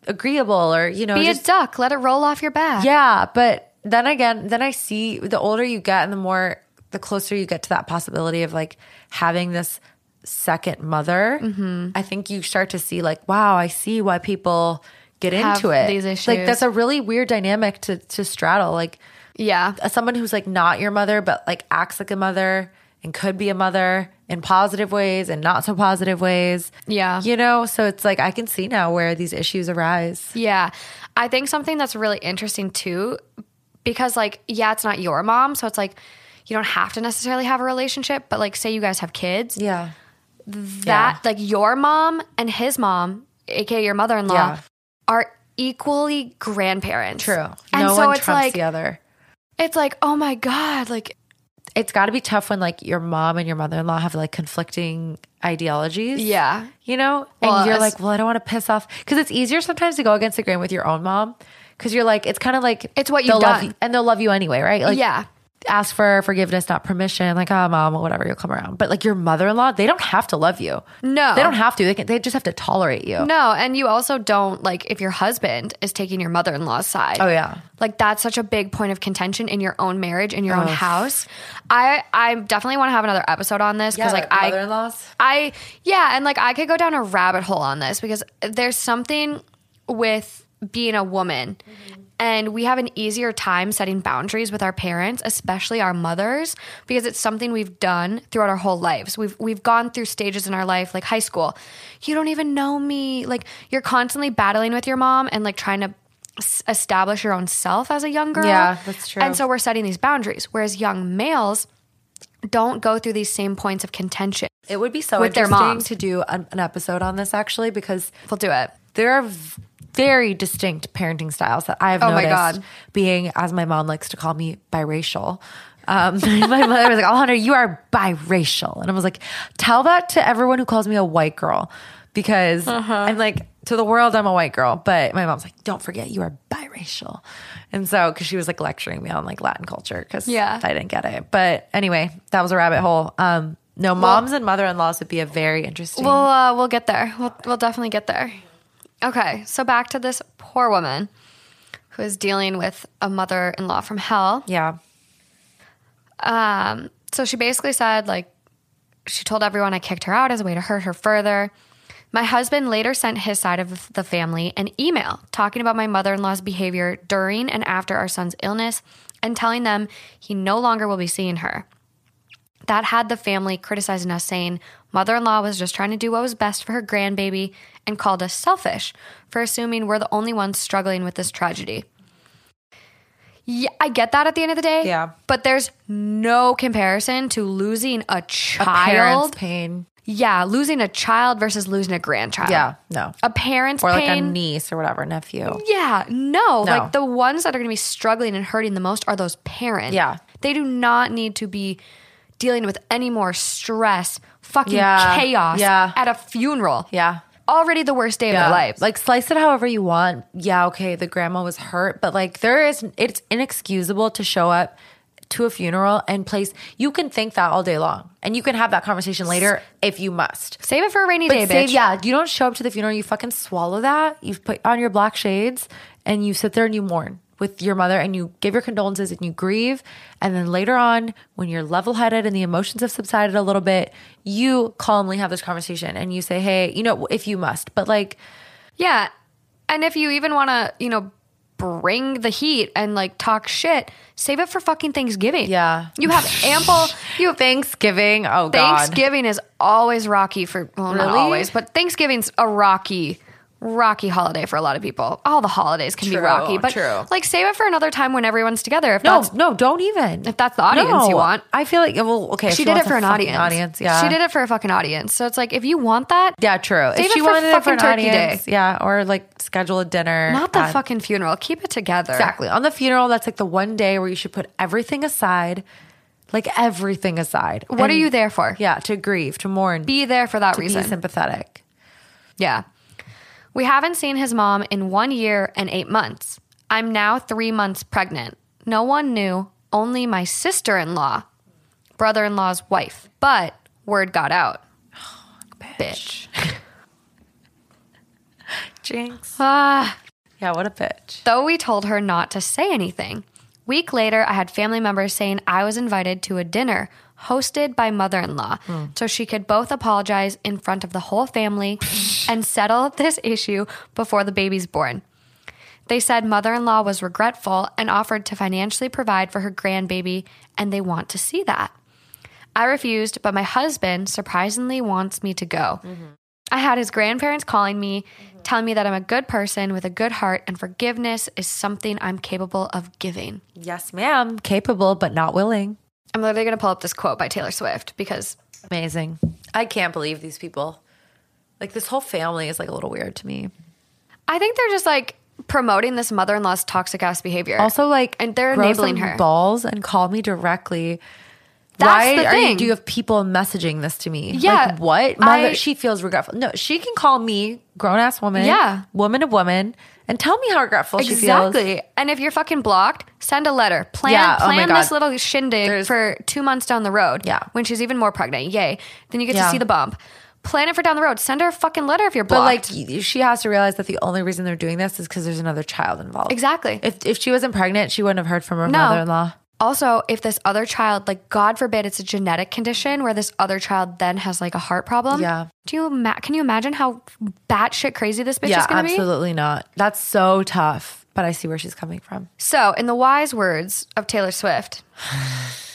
Speaker 4: agreeable or you know
Speaker 3: be
Speaker 4: just
Speaker 3: a duck, let it roll off your back.
Speaker 4: yeah but then again then i see the older you get and the more the closer you get to that possibility of like having this second mother
Speaker 3: Mm-hmm.
Speaker 4: i think you start to see like wow i see why people get
Speaker 3: Have
Speaker 4: into it
Speaker 3: these
Speaker 4: like
Speaker 3: issues.
Speaker 4: that's a really weird dynamic to to straddle like
Speaker 3: Yeah.
Speaker 4: as someone who's like not your mother, but like acts like a mother and could be a mother in positive ways and not so positive ways.
Speaker 3: Yeah.
Speaker 4: You know, so it's like I can see now where these issues arise.
Speaker 3: Yeah. I think something that's really interesting too, because like, yeah, it's not your mom, so it's like you don't have to necessarily have a relationship, but like say you guys have kids.
Speaker 4: Yeah.
Speaker 3: That like your mom and his mom, aka your mother in law,
Speaker 4: Yeah.
Speaker 3: are equally grandparents.
Speaker 4: True.
Speaker 3: And
Speaker 4: no
Speaker 3: so
Speaker 4: one
Speaker 3: it's
Speaker 4: trumps
Speaker 3: like
Speaker 4: the other.
Speaker 3: it's like, oh my God, like
Speaker 4: It's got to be tough when like your mom and your mother in law have like conflicting ideologies.
Speaker 3: Yeah.
Speaker 4: You know,
Speaker 3: Well,
Speaker 4: and you're
Speaker 3: as-
Speaker 4: like, well, I don't want to piss off because it's easier sometimes to go against the grain with your own mom because you're like, it's kind of like
Speaker 3: It's what
Speaker 4: they'll
Speaker 3: you've
Speaker 4: love
Speaker 3: done.
Speaker 4: you, and they'll love you anyway, right? Like,
Speaker 3: yeah.
Speaker 4: ask for forgiveness, not permission. Like, oh, mom, whatever, you'll come around. But like your mother in law, they don't have to love you.
Speaker 3: No.
Speaker 4: they don't have to. They can. They just have to tolerate you.
Speaker 3: No, and you also don't like if your husband is taking your mother in law's side.
Speaker 4: Oh, yeah.
Speaker 3: Like that's such a big point of contention in your own marriage, in your own house. I I definitely want to have another episode on this because
Speaker 4: Yeah,
Speaker 3: like I
Speaker 4: mother-in-laws.
Speaker 3: I yeah, and like I could go down a rabbit hole on this because there's something with being a woman. And we have an easier time setting boundaries with our parents, especially our mothers, because it's something we've done throughout our whole lives. We've we've gone through stages in our life, like high school. You don't even know me. Like you're constantly battling with your mom and like trying to s- establish your own self as a young girl.
Speaker 4: Yeah, that's true.
Speaker 3: And so we're setting these boundaries, whereas young males don't go through these same points of contention.
Speaker 4: It would be so
Speaker 3: With their
Speaker 4: interesting
Speaker 3: moms.
Speaker 4: to do an, an episode on this actually because
Speaker 3: We'll do it.
Speaker 4: there are v- very distinct parenting styles that I have
Speaker 3: Oh my
Speaker 4: noticed
Speaker 3: God.
Speaker 4: being, as my mom likes to call me, biracial. Um, my mother was like, Alejandra, you are biracial. And I was like, tell that to everyone who calls me a white girl because
Speaker 3: Uh-huh.
Speaker 4: I'm like, to the world, I'm a white girl. But my mom's like, don't forget, you are biracial. And so, because she was like lecturing me on like Latin culture because
Speaker 3: Yeah.
Speaker 4: I didn't get it. But anyway, that was a rabbit hole. Um, no, moms and mother in laws would be a very interesting.
Speaker 3: We'll uh, we'll get there. We'll we'll definitely get there. Okay, so back to this poor woman who is dealing with a mother-in-law from hell.
Speaker 4: yeah.
Speaker 3: Um, so she basically said like she told everyone I kicked her out as a way to hurt her further. My husband later sent his side of the family an email talking about my mother in law's behavior during and after our son's illness and telling them he no longer will be seeing her. That had the family criticizing us, saying mother in law was just trying to do what was best for her grandbaby and called us selfish for assuming we're the only ones struggling with this tragedy. Yeah, I get that at the end of the day.
Speaker 4: Yeah.
Speaker 3: But there's no comparison to losing a
Speaker 4: A parent's
Speaker 3: child.
Speaker 4: pain.
Speaker 3: yeah, losing a child versus losing a grandchild.
Speaker 4: Yeah, no.
Speaker 3: A parent's
Speaker 4: or like
Speaker 3: pain.
Speaker 4: a niece or whatever, nephew.
Speaker 3: Yeah, no, Like the ones that are going to be struggling and hurting the most are those parents.
Speaker 4: Yeah.
Speaker 3: They do not need to be dealing with any more stress, fucking
Speaker 4: Yeah,
Speaker 3: chaos
Speaker 4: yeah.
Speaker 3: at a funeral.
Speaker 4: Yeah.
Speaker 3: Already the worst day of
Speaker 4: Yeah.
Speaker 3: their life.
Speaker 4: Like slice it however you want. Yeah, okay, the grandma was hurt, but like there is it's inexcusable to show up to a funeral and place you can think that all day long. And you can have that conversation later if you must.
Speaker 3: save it for a rainy
Speaker 4: But
Speaker 3: day,
Speaker 4: save,
Speaker 3: bitch.
Speaker 4: yeah, you don't show up to the funeral, you fucking swallow that. You put on your black shades and you sit there and you mourn with your mother and you give your condolences and you grieve. And then later on, when you're level headed and the emotions have subsided a little bit, you calmly have this conversation and you say, hey, you know, if you must, but like,
Speaker 3: Yeah. And if you even want to, you know, bring the heat and like talk shit, save it for fucking Thanksgiving.
Speaker 4: Yeah.
Speaker 3: You have ample, you have
Speaker 4: Thanksgiving, oh God.
Speaker 3: Thanksgiving is always rocky for well, not
Speaker 4: Really?
Speaker 3: always, but Thanksgiving's a rocky, rocky holiday for a lot of people. All the holidays can be
Speaker 4: True,
Speaker 3: rocky, but
Speaker 4: true.
Speaker 3: like save it for another time when everyone's together. If
Speaker 4: No,
Speaker 3: that's,
Speaker 4: no, don't even.
Speaker 3: if that's the audience you want.
Speaker 4: I feel like, well, okay. if
Speaker 3: she did
Speaker 4: wants
Speaker 3: it for
Speaker 4: a
Speaker 3: an
Speaker 4: fucking
Speaker 3: audience.
Speaker 4: Audience, yeah.
Speaker 3: she did it for a fucking audience. So it's like if you want that,
Speaker 4: Yeah, true.
Speaker 3: Save
Speaker 4: if
Speaker 3: it
Speaker 4: she
Speaker 3: for
Speaker 4: wanted it for
Speaker 3: fucking
Speaker 4: an
Speaker 3: Turkey Day.
Speaker 4: audience, yeah, or like schedule a dinner.
Speaker 3: not the
Speaker 4: at-
Speaker 3: fucking funeral. Keep it together.
Speaker 4: Exactly. On the funeral, that's like the one day where you should put everything aside, like everything aside.
Speaker 3: What are you there for?
Speaker 4: Yeah, to grieve, to mourn,
Speaker 3: Be there for that
Speaker 4: to be
Speaker 3: reason.
Speaker 4: sympathetic.
Speaker 3: Yeah. We haven't seen his mom in one year and eight months. I'm now three months pregnant. No one knew, only my sister in law, brother in law's wife. But word got out. bitch.
Speaker 4: Jinx.
Speaker 3: Ah.
Speaker 4: Yeah, what a bitch.
Speaker 3: Though we told her not to say anything. Week later, I had family members saying I was invited to a dinner hosted by mother in law so she could both apologize in front of the whole family and settle this issue before the baby's born. They said mother in law was regretful and offered to financially provide for her grandbaby, and they want to see that. I refused, but my husband surprisingly wants me to go. I had his grandparents calling me, telling me that I'm a good person with a good heart and forgiveness is something I'm capable of giving.
Speaker 4: Yes, ma'am. Capable, but not willing.
Speaker 3: I'm literally going to pull up this quote by Taylor Swift because
Speaker 4: Amazing. I can't believe these people. Like, this whole family is like a little weird to me.
Speaker 3: I think they're just like promoting this mother in law's toxic ass behavior.
Speaker 4: Also, like,
Speaker 3: And they're
Speaker 4: grow
Speaker 3: enabling
Speaker 4: some
Speaker 3: her.
Speaker 4: balls and call me directly
Speaker 3: That's
Speaker 4: Why
Speaker 3: the
Speaker 4: are
Speaker 3: thing.
Speaker 4: you, do you have people messaging this to me?
Speaker 3: Yeah,
Speaker 4: like, what mother?
Speaker 3: I-
Speaker 4: she feels regretful. No, she can call me, grown ass woman,
Speaker 3: Yeah.
Speaker 4: woman to woman, and tell me how regretful she feels.
Speaker 3: Exactly. And if you're fucking blocked, send a letter. Plan
Speaker 4: Yeah, oh my
Speaker 3: plan this
Speaker 4: God.
Speaker 3: little shindig
Speaker 4: There's-
Speaker 3: for two months down the road.
Speaker 4: Yeah.
Speaker 3: When she's even more pregnant. Yay. Then you get
Speaker 4: Yeah.
Speaker 3: to see the bump. Plan it for down the road. Send her a fucking letter if you're
Speaker 4: But
Speaker 3: blocked.
Speaker 4: like, y- she has to realize that the only reason they're doing this is because there's another child involved.
Speaker 3: Exactly.
Speaker 4: If if she wasn't pregnant, she wouldn't have heard from her
Speaker 3: No.
Speaker 4: mother-in-law.
Speaker 3: also, if this other child, like God forbid it's a genetic condition where this other child then has like a heart problem.
Speaker 4: Yeah.
Speaker 3: Do you ima- can you imagine how batshit crazy this bitch
Speaker 4: yeah,
Speaker 3: is gonna be?
Speaker 4: absolutely not. That's so tough. But I see where she's coming from.
Speaker 3: So, in the wise words of Taylor Swift,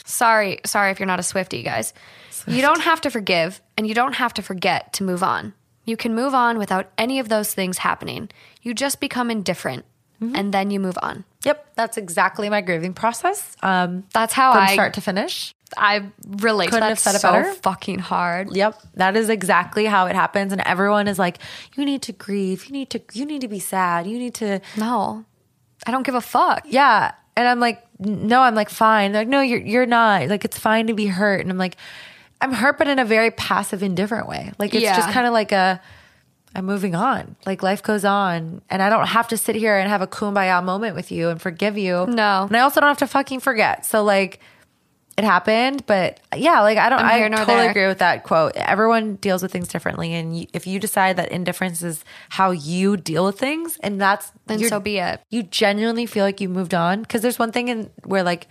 Speaker 3: sorry, sorry if you're not a Swifty, guys. You don't have to forgive and you don't have to forget to move on. You can move on without any of those things happening. You just become indifferent
Speaker 4: Mm-hmm.
Speaker 3: and then you move on.
Speaker 4: Yep, that's exactly my grieving process. Um,
Speaker 3: That's how
Speaker 4: from
Speaker 3: I
Speaker 4: start to finish.
Speaker 3: I relate to
Speaker 4: Couldn't
Speaker 3: that
Speaker 4: have said it
Speaker 3: so
Speaker 4: better.
Speaker 3: fucking hard.
Speaker 4: Yep, that is exactly how it happens, and everyone is like, "You need to grieve. You need to. You need to be sad. You need to."
Speaker 3: No. I don't give a fuck.
Speaker 4: Yeah, and I'm like, "No, I'm like fine." They're like, "No, you're you're not. Like it's fine to be hurt." And I'm like, "I'm hurt, but in a very passive, indifferent way. Like it's
Speaker 3: Yeah.
Speaker 4: just kind of like a." I'm moving on. Like life goes on, and I don't have to sit here and have a kumbaya moment with you and forgive you.
Speaker 3: No.
Speaker 4: and I also don't have to fucking forget. So like, it happened, but yeah, like I don't.
Speaker 3: I'm
Speaker 4: I
Speaker 3: here nor
Speaker 4: totally
Speaker 3: there.
Speaker 4: agree with that quote. Everyone deals with things differently, and y if you decide that indifference is how you deal with things, and that's
Speaker 3: Then
Speaker 4: you're-
Speaker 3: so be it.
Speaker 4: You genuinely feel like you moved on because there's one thing in where like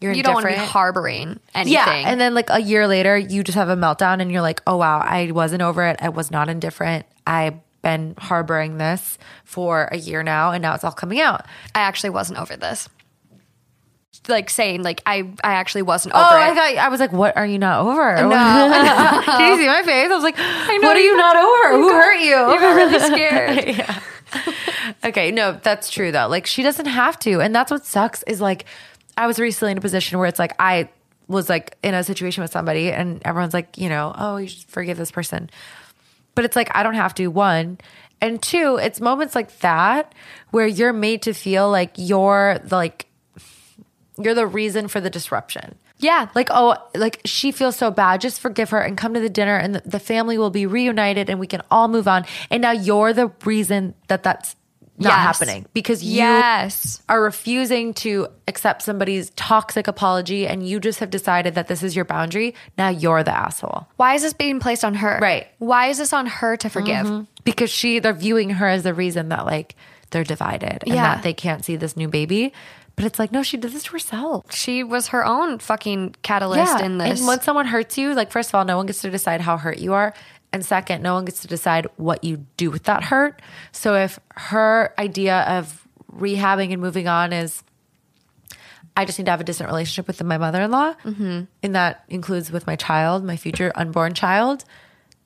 Speaker 4: you're
Speaker 3: You don't want to be
Speaker 4: indifferent.
Speaker 3: harboring anything.
Speaker 4: Yeah, and then like a year later, you just have a meltdown, and you're like, "Oh wow, I wasn't over it. I was not indifferent. I've been harboring this for a year now, and now it's all coming out."
Speaker 3: I actually wasn't over this. Like saying, like I, I actually wasn't over
Speaker 4: Oh,
Speaker 3: it.
Speaker 4: I thought I was like, "What are you not over?"
Speaker 3: No.
Speaker 4: Did you see my face? I was like,
Speaker 3: know, Oh
Speaker 4: "What are
Speaker 3: you
Speaker 4: you not over? Who hurt
Speaker 3: You
Speaker 4: you?"
Speaker 3: got really scared.
Speaker 4: Okay, no, that's true though. Like she doesn't have to, and that's what sucks is like I was recently in a position where it's like I was like in a situation with somebody, and everyone's like, you know, oh, you should forgive this person, but it's like I don't have to. One. And two, it's moments like that where you're made to feel like you're the, like you're the reason for the disruption.
Speaker 3: yeah. Like
Speaker 4: Like, oh, like she feels so bad. Just forgive her and come to the dinner, and the, the family will be reunited and we can all move on. And now you're the reason that that's not
Speaker 3: Yes.
Speaker 4: happening because you
Speaker 3: yes.
Speaker 4: are refusing to accept somebody's toxic apology and you just have decided that this is your boundary. Now you're the asshole
Speaker 3: Why is this being placed on her?
Speaker 4: Right. Mm-hmm.
Speaker 3: Why is this on her to forgive?
Speaker 4: because she, they're viewing her as the reason that like they're divided and
Speaker 3: Yeah.
Speaker 4: that they can't see this new baby. But it's like, no, she did this to herself.
Speaker 3: She was her own fucking catalyst in this.
Speaker 4: And once someone hurts you, like first of all, no one gets to decide how hurt you are. And second, no one gets to decide what you do with that hurt. So if her idea of rehabbing and moving on is I just need to have a distant relationship with my mother in law,
Speaker 3: Mm-hmm.
Speaker 4: and that includes with my child, my future unborn child,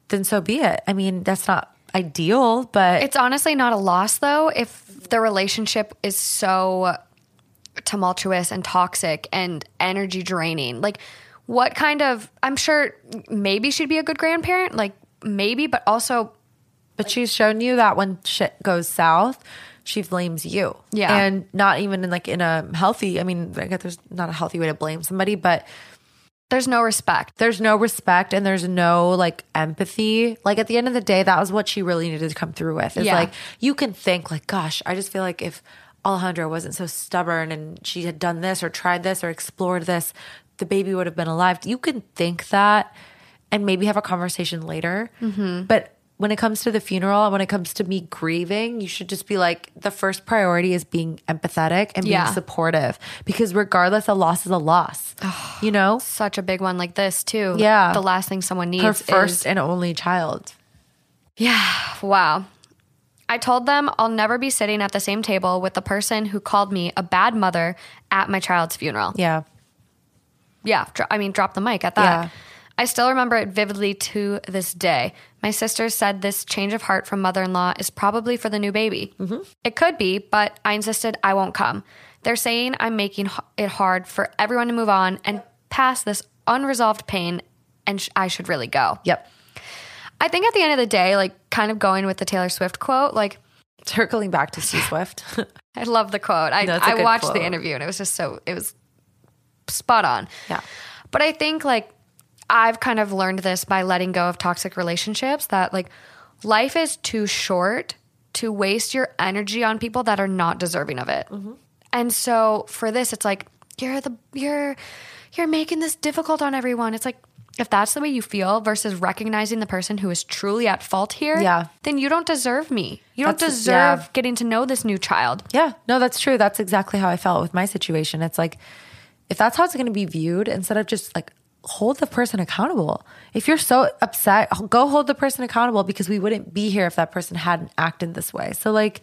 Speaker 4: then so be it. I mean, that's not ideal, but
Speaker 3: it's honestly not a loss though if the relationship is so tumultuous and toxic and energy draining. Like what kind of I'm sure maybe she'd be a good grandparent, like maybe, but also
Speaker 4: But she's shown you that when shit goes south, she blames you.
Speaker 3: Yeah.
Speaker 4: And not even in like in a healthy, I mean, I guess there's not a healthy way to blame somebody, but
Speaker 3: there's no respect.
Speaker 4: there's no respect and there's no like empathy. Like at the end of the day, that was what she really needed to come through with. It's
Speaker 3: Yeah.
Speaker 4: like you can think like, gosh, I just feel like if Alejandra wasn't so stubborn and she had done this or tried this or explored this, the baby would have been alive. You can think that and maybe have a conversation later.
Speaker 3: Mm-hmm.
Speaker 4: But when it comes to the funeral and when it comes to me grieving, you should just be like, the first priority is being empathetic and
Speaker 3: Yeah.
Speaker 4: being supportive because regardless, a loss is a loss. you know?
Speaker 3: Such a big one like this too.
Speaker 4: Yeah.
Speaker 3: The last thing someone needs
Speaker 4: her
Speaker 3: is
Speaker 4: first and only child.
Speaker 3: Yeah, wow. I told them I'll never be sitting at the same table with the person who called me a bad mother at my child's funeral. Yeah,
Speaker 4: Yeah.
Speaker 3: dro- I mean, drop the mic at that.
Speaker 4: Yeah.
Speaker 3: I still remember it vividly to this day. My sister said this change of heart from mother in law is probably for the new baby.
Speaker 4: Mm-hmm.
Speaker 3: It could be, but I insisted I won't come. They're saying I'm making h- it hard for everyone to move on and pass this unresolved pain, and sh- I should really go.
Speaker 4: Yep.
Speaker 3: I think at the end of the day, like kind of going with the Taylor Swift quote, like
Speaker 4: Circling back to Sue Swift.
Speaker 3: I love the quote. I,
Speaker 4: That's a
Speaker 3: I
Speaker 4: good
Speaker 3: watched the
Speaker 4: quote.
Speaker 3: interview and it was just so, it was spot on.
Speaker 4: yeah.
Speaker 3: But I think like I've kind of learned this by letting go of toxic relationships that like life is too short to waste your energy on people that are not deserving of it.
Speaker 4: Mm-hmm.
Speaker 3: And so for this it's like you're the you're you're making this difficult on everyone. It's like if that's the way you feel versus recognizing the person who is truly at fault here,
Speaker 4: Yeah.
Speaker 3: then you don't deserve me. You don't
Speaker 4: That's-
Speaker 3: deserve
Speaker 4: yeah.
Speaker 3: getting to know this new child.
Speaker 4: Yeah, no, that's true. That's exactly how I felt with my situation. It's like, if that's how it's going to be viewed, instead of just like hold the person accountable. If you're so upset, go hold the person accountable because we wouldn't be here if that person hadn't acted this way. So like,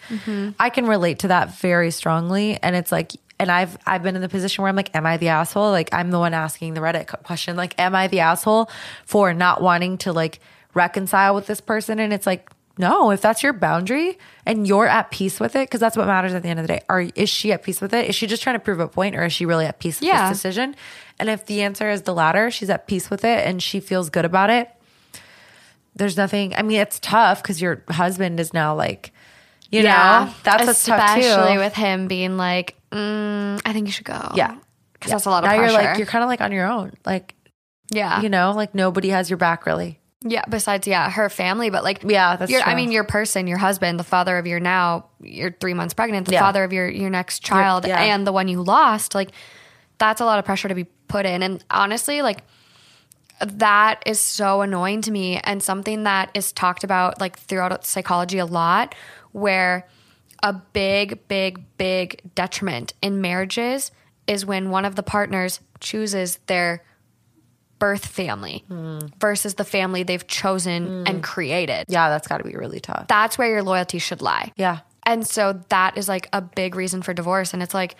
Speaker 4: I can relate to that very strongly, and it's like. And I've I've been in the position where I'm like, am I the asshole? Like I'm the one asking the Reddit question, like, am I the asshole for not wanting to like reconcile with this person? And it's like, no, if that's your boundary and you're at peace with it, because that's what matters at the end of the day. Are is she at peace with it? Is she just trying to prove a point, or is she really at peace with
Speaker 3: Yeah.
Speaker 4: this decision? And if the answer is the latter, she's at peace with it and she feels good about it. There's nothing. I mean, it's tough because your husband is now like, you know, that's what's tough too.
Speaker 3: especially with him being like, mm, I think you should go.
Speaker 4: yeah,
Speaker 3: because that's a lot of
Speaker 4: now
Speaker 3: pressure.
Speaker 4: you're like you're kind of like on your own. Like
Speaker 3: yeah,
Speaker 4: you know, like nobody has your back really.
Speaker 3: yeah. Besides, yeah, her family, but like,
Speaker 4: Yeah, that's
Speaker 3: your- I
Speaker 4: true.
Speaker 3: mean, your person, your husband, the father of your now, you're three months pregnant, the
Speaker 4: Yeah.
Speaker 3: father of your your next child,
Speaker 4: yeah.
Speaker 3: and the one you lost. Like, that's a lot of pressure to be put in. And honestly, like, that is so annoying to me and something that is talked about like throughout psychology a lot where a big big big detriment in marriages is when one of the partners chooses their birth family versus the family they've chosen and created
Speaker 4: Yeah, that's got to be really tough.
Speaker 3: that's where your loyalty should lie
Speaker 4: yeah,
Speaker 3: and so that is like a big reason for divorce. And it's like,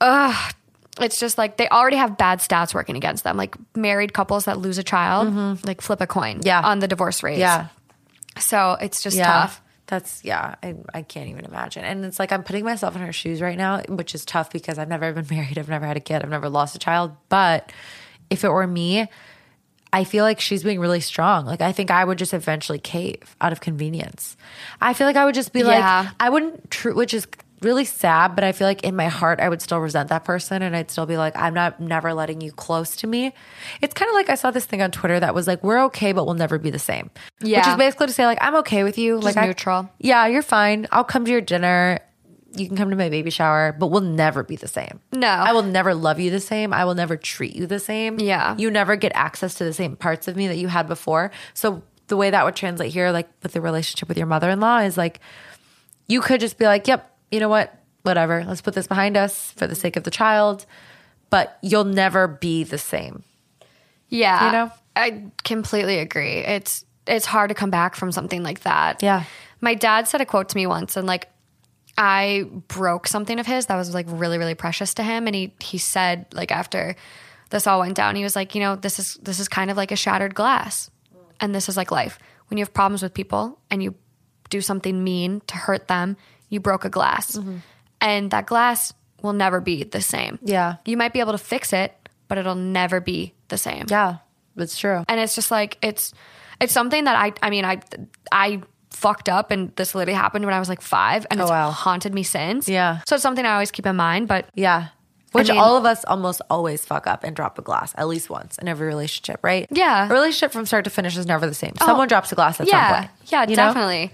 Speaker 3: ugh, it's just like they already have bad stats working against them. Like married couples that lose a child, like flip a coin
Speaker 4: Mm-hmm. Yeah.
Speaker 3: on the divorce rates.
Speaker 4: yeah.
Speaker 3: So it's just tough.
Speaker 4: That's yeah, I, I can't even imagine. And it's like I'm putting myself in her shoes right now, which is tough because I've never been married, I've never had a kid, I've never lost a child. But if it were me, I feel like she's being really strong. Like I think I would just eventually cave out of convenience. I feel like I would just be
Speaker 3: Yeah.
Speaker 4: like I wouldn't tr- which is really sad, but I feel like in my heart I would still resent that person and I'd still be like I'm not never letting you close to me. It's kind of like I saw this thing on Twitter that was like we're okay but we'll never be the same. Which
Speaker 3: Yeah.
Speaker 4: is basically to say like I'm okay with you. like I-
Speaker 3: neutral.
Speaker 4: yeah, you're fine. I'll come to your dinner. You can come to my baby shower, but we'll never be the same.
Speaker 3: No.
Speaker 4: I will never love you the same. I will never treat you the same.
Speaker 3: Yeah.
Speaker 4: You never get access to the same parts of me that you had before. So the way that would translate here, like with the relationship with your mother-in-law, is like you could just be like, yep, you know what? Whatever. Let's put this behind us for the sake of the child. But you'll never be the same.
Speaker 3: Yeah.
Speaker 4: You know?
Speaker 3: I completely agree. It's it's hard to come back from something like that.
Speaker 4: Yeah.
Speaker 3: My dad said a quote to me once and like I broke something of his that was like really, really precious to him. And he he said, like after this all went down, he was like, you know, this is this is kind of like a shattered glass. And this is like life. When you have problems with people and you do something mean to hurt them, you broke a glass.
Speaker 4: Mm-hmm.
Speaker 3: And that glass will never be the same.
Speaker 4: Yeah.
Speaker 3: You might be able to fix it, but it'll never be the same
Speaker 4: Yeah. It's true.
Speaker 3: and it's just like it's it's something that I I mean I I fucked up and this literally happened when I was like five and it's
Speaker 4: Oh, wow.
Speaker 3: haunted me since.
Speaker 4: Yeah.
Speaker 3: So it's something I always keep in mind, but
Speaker 4: Yeah. Which
Speaker 3: mean-
Speaker 4: all of us almost always fuck up and drop a glass at least once in every relationship, right?
Speaker 3: Yeah. Oh.
Speaker 4: A relationship from start to finish is never the same. Someone drops a glass at some
Speaker 3: yeah,
Speaker 4: point.
Speaker 3: yeah,
Speaker 4: you know?
Speaker 3: definitely.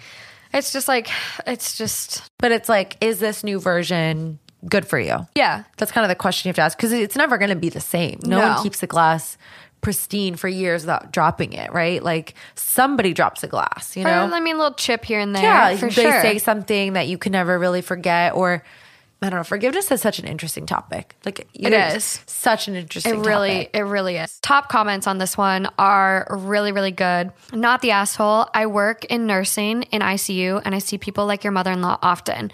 Speaker 3: It's just like it's just
Speaker 4: But it's like, is this new version good for you?
Speaker 3: yeah.
Speaker 4: That's kind of the question you have to ask because it's never going to be the same. No,
Speaker 3: No.
Speaker 4: one keeps a glass pristine for years without dropping it, right? Like somebody drops a glass, you
Speaker 3: Or,
Speaker 4: know?
Speaker 3: I mean, a little chip here and there.
Speaker 4: yeah,
Speaker 3: for
Speaker 4: they
Speaker 3: sure.
Speaker 4: say something that you can never really forget or. I don't know. Forgiveness is such an interesting topic. Like
Speaker 3: It
Speaker 4: there's
Speaker 3: is.
Speaker 4: such an interesting.
Speaker 3: It really,
Speaker 4: topic.
Speaker 3: it really is. Top comments on this one are really, really good. Not the asshole. I work in nursing in ICU, and I see people like your mother-in-law often.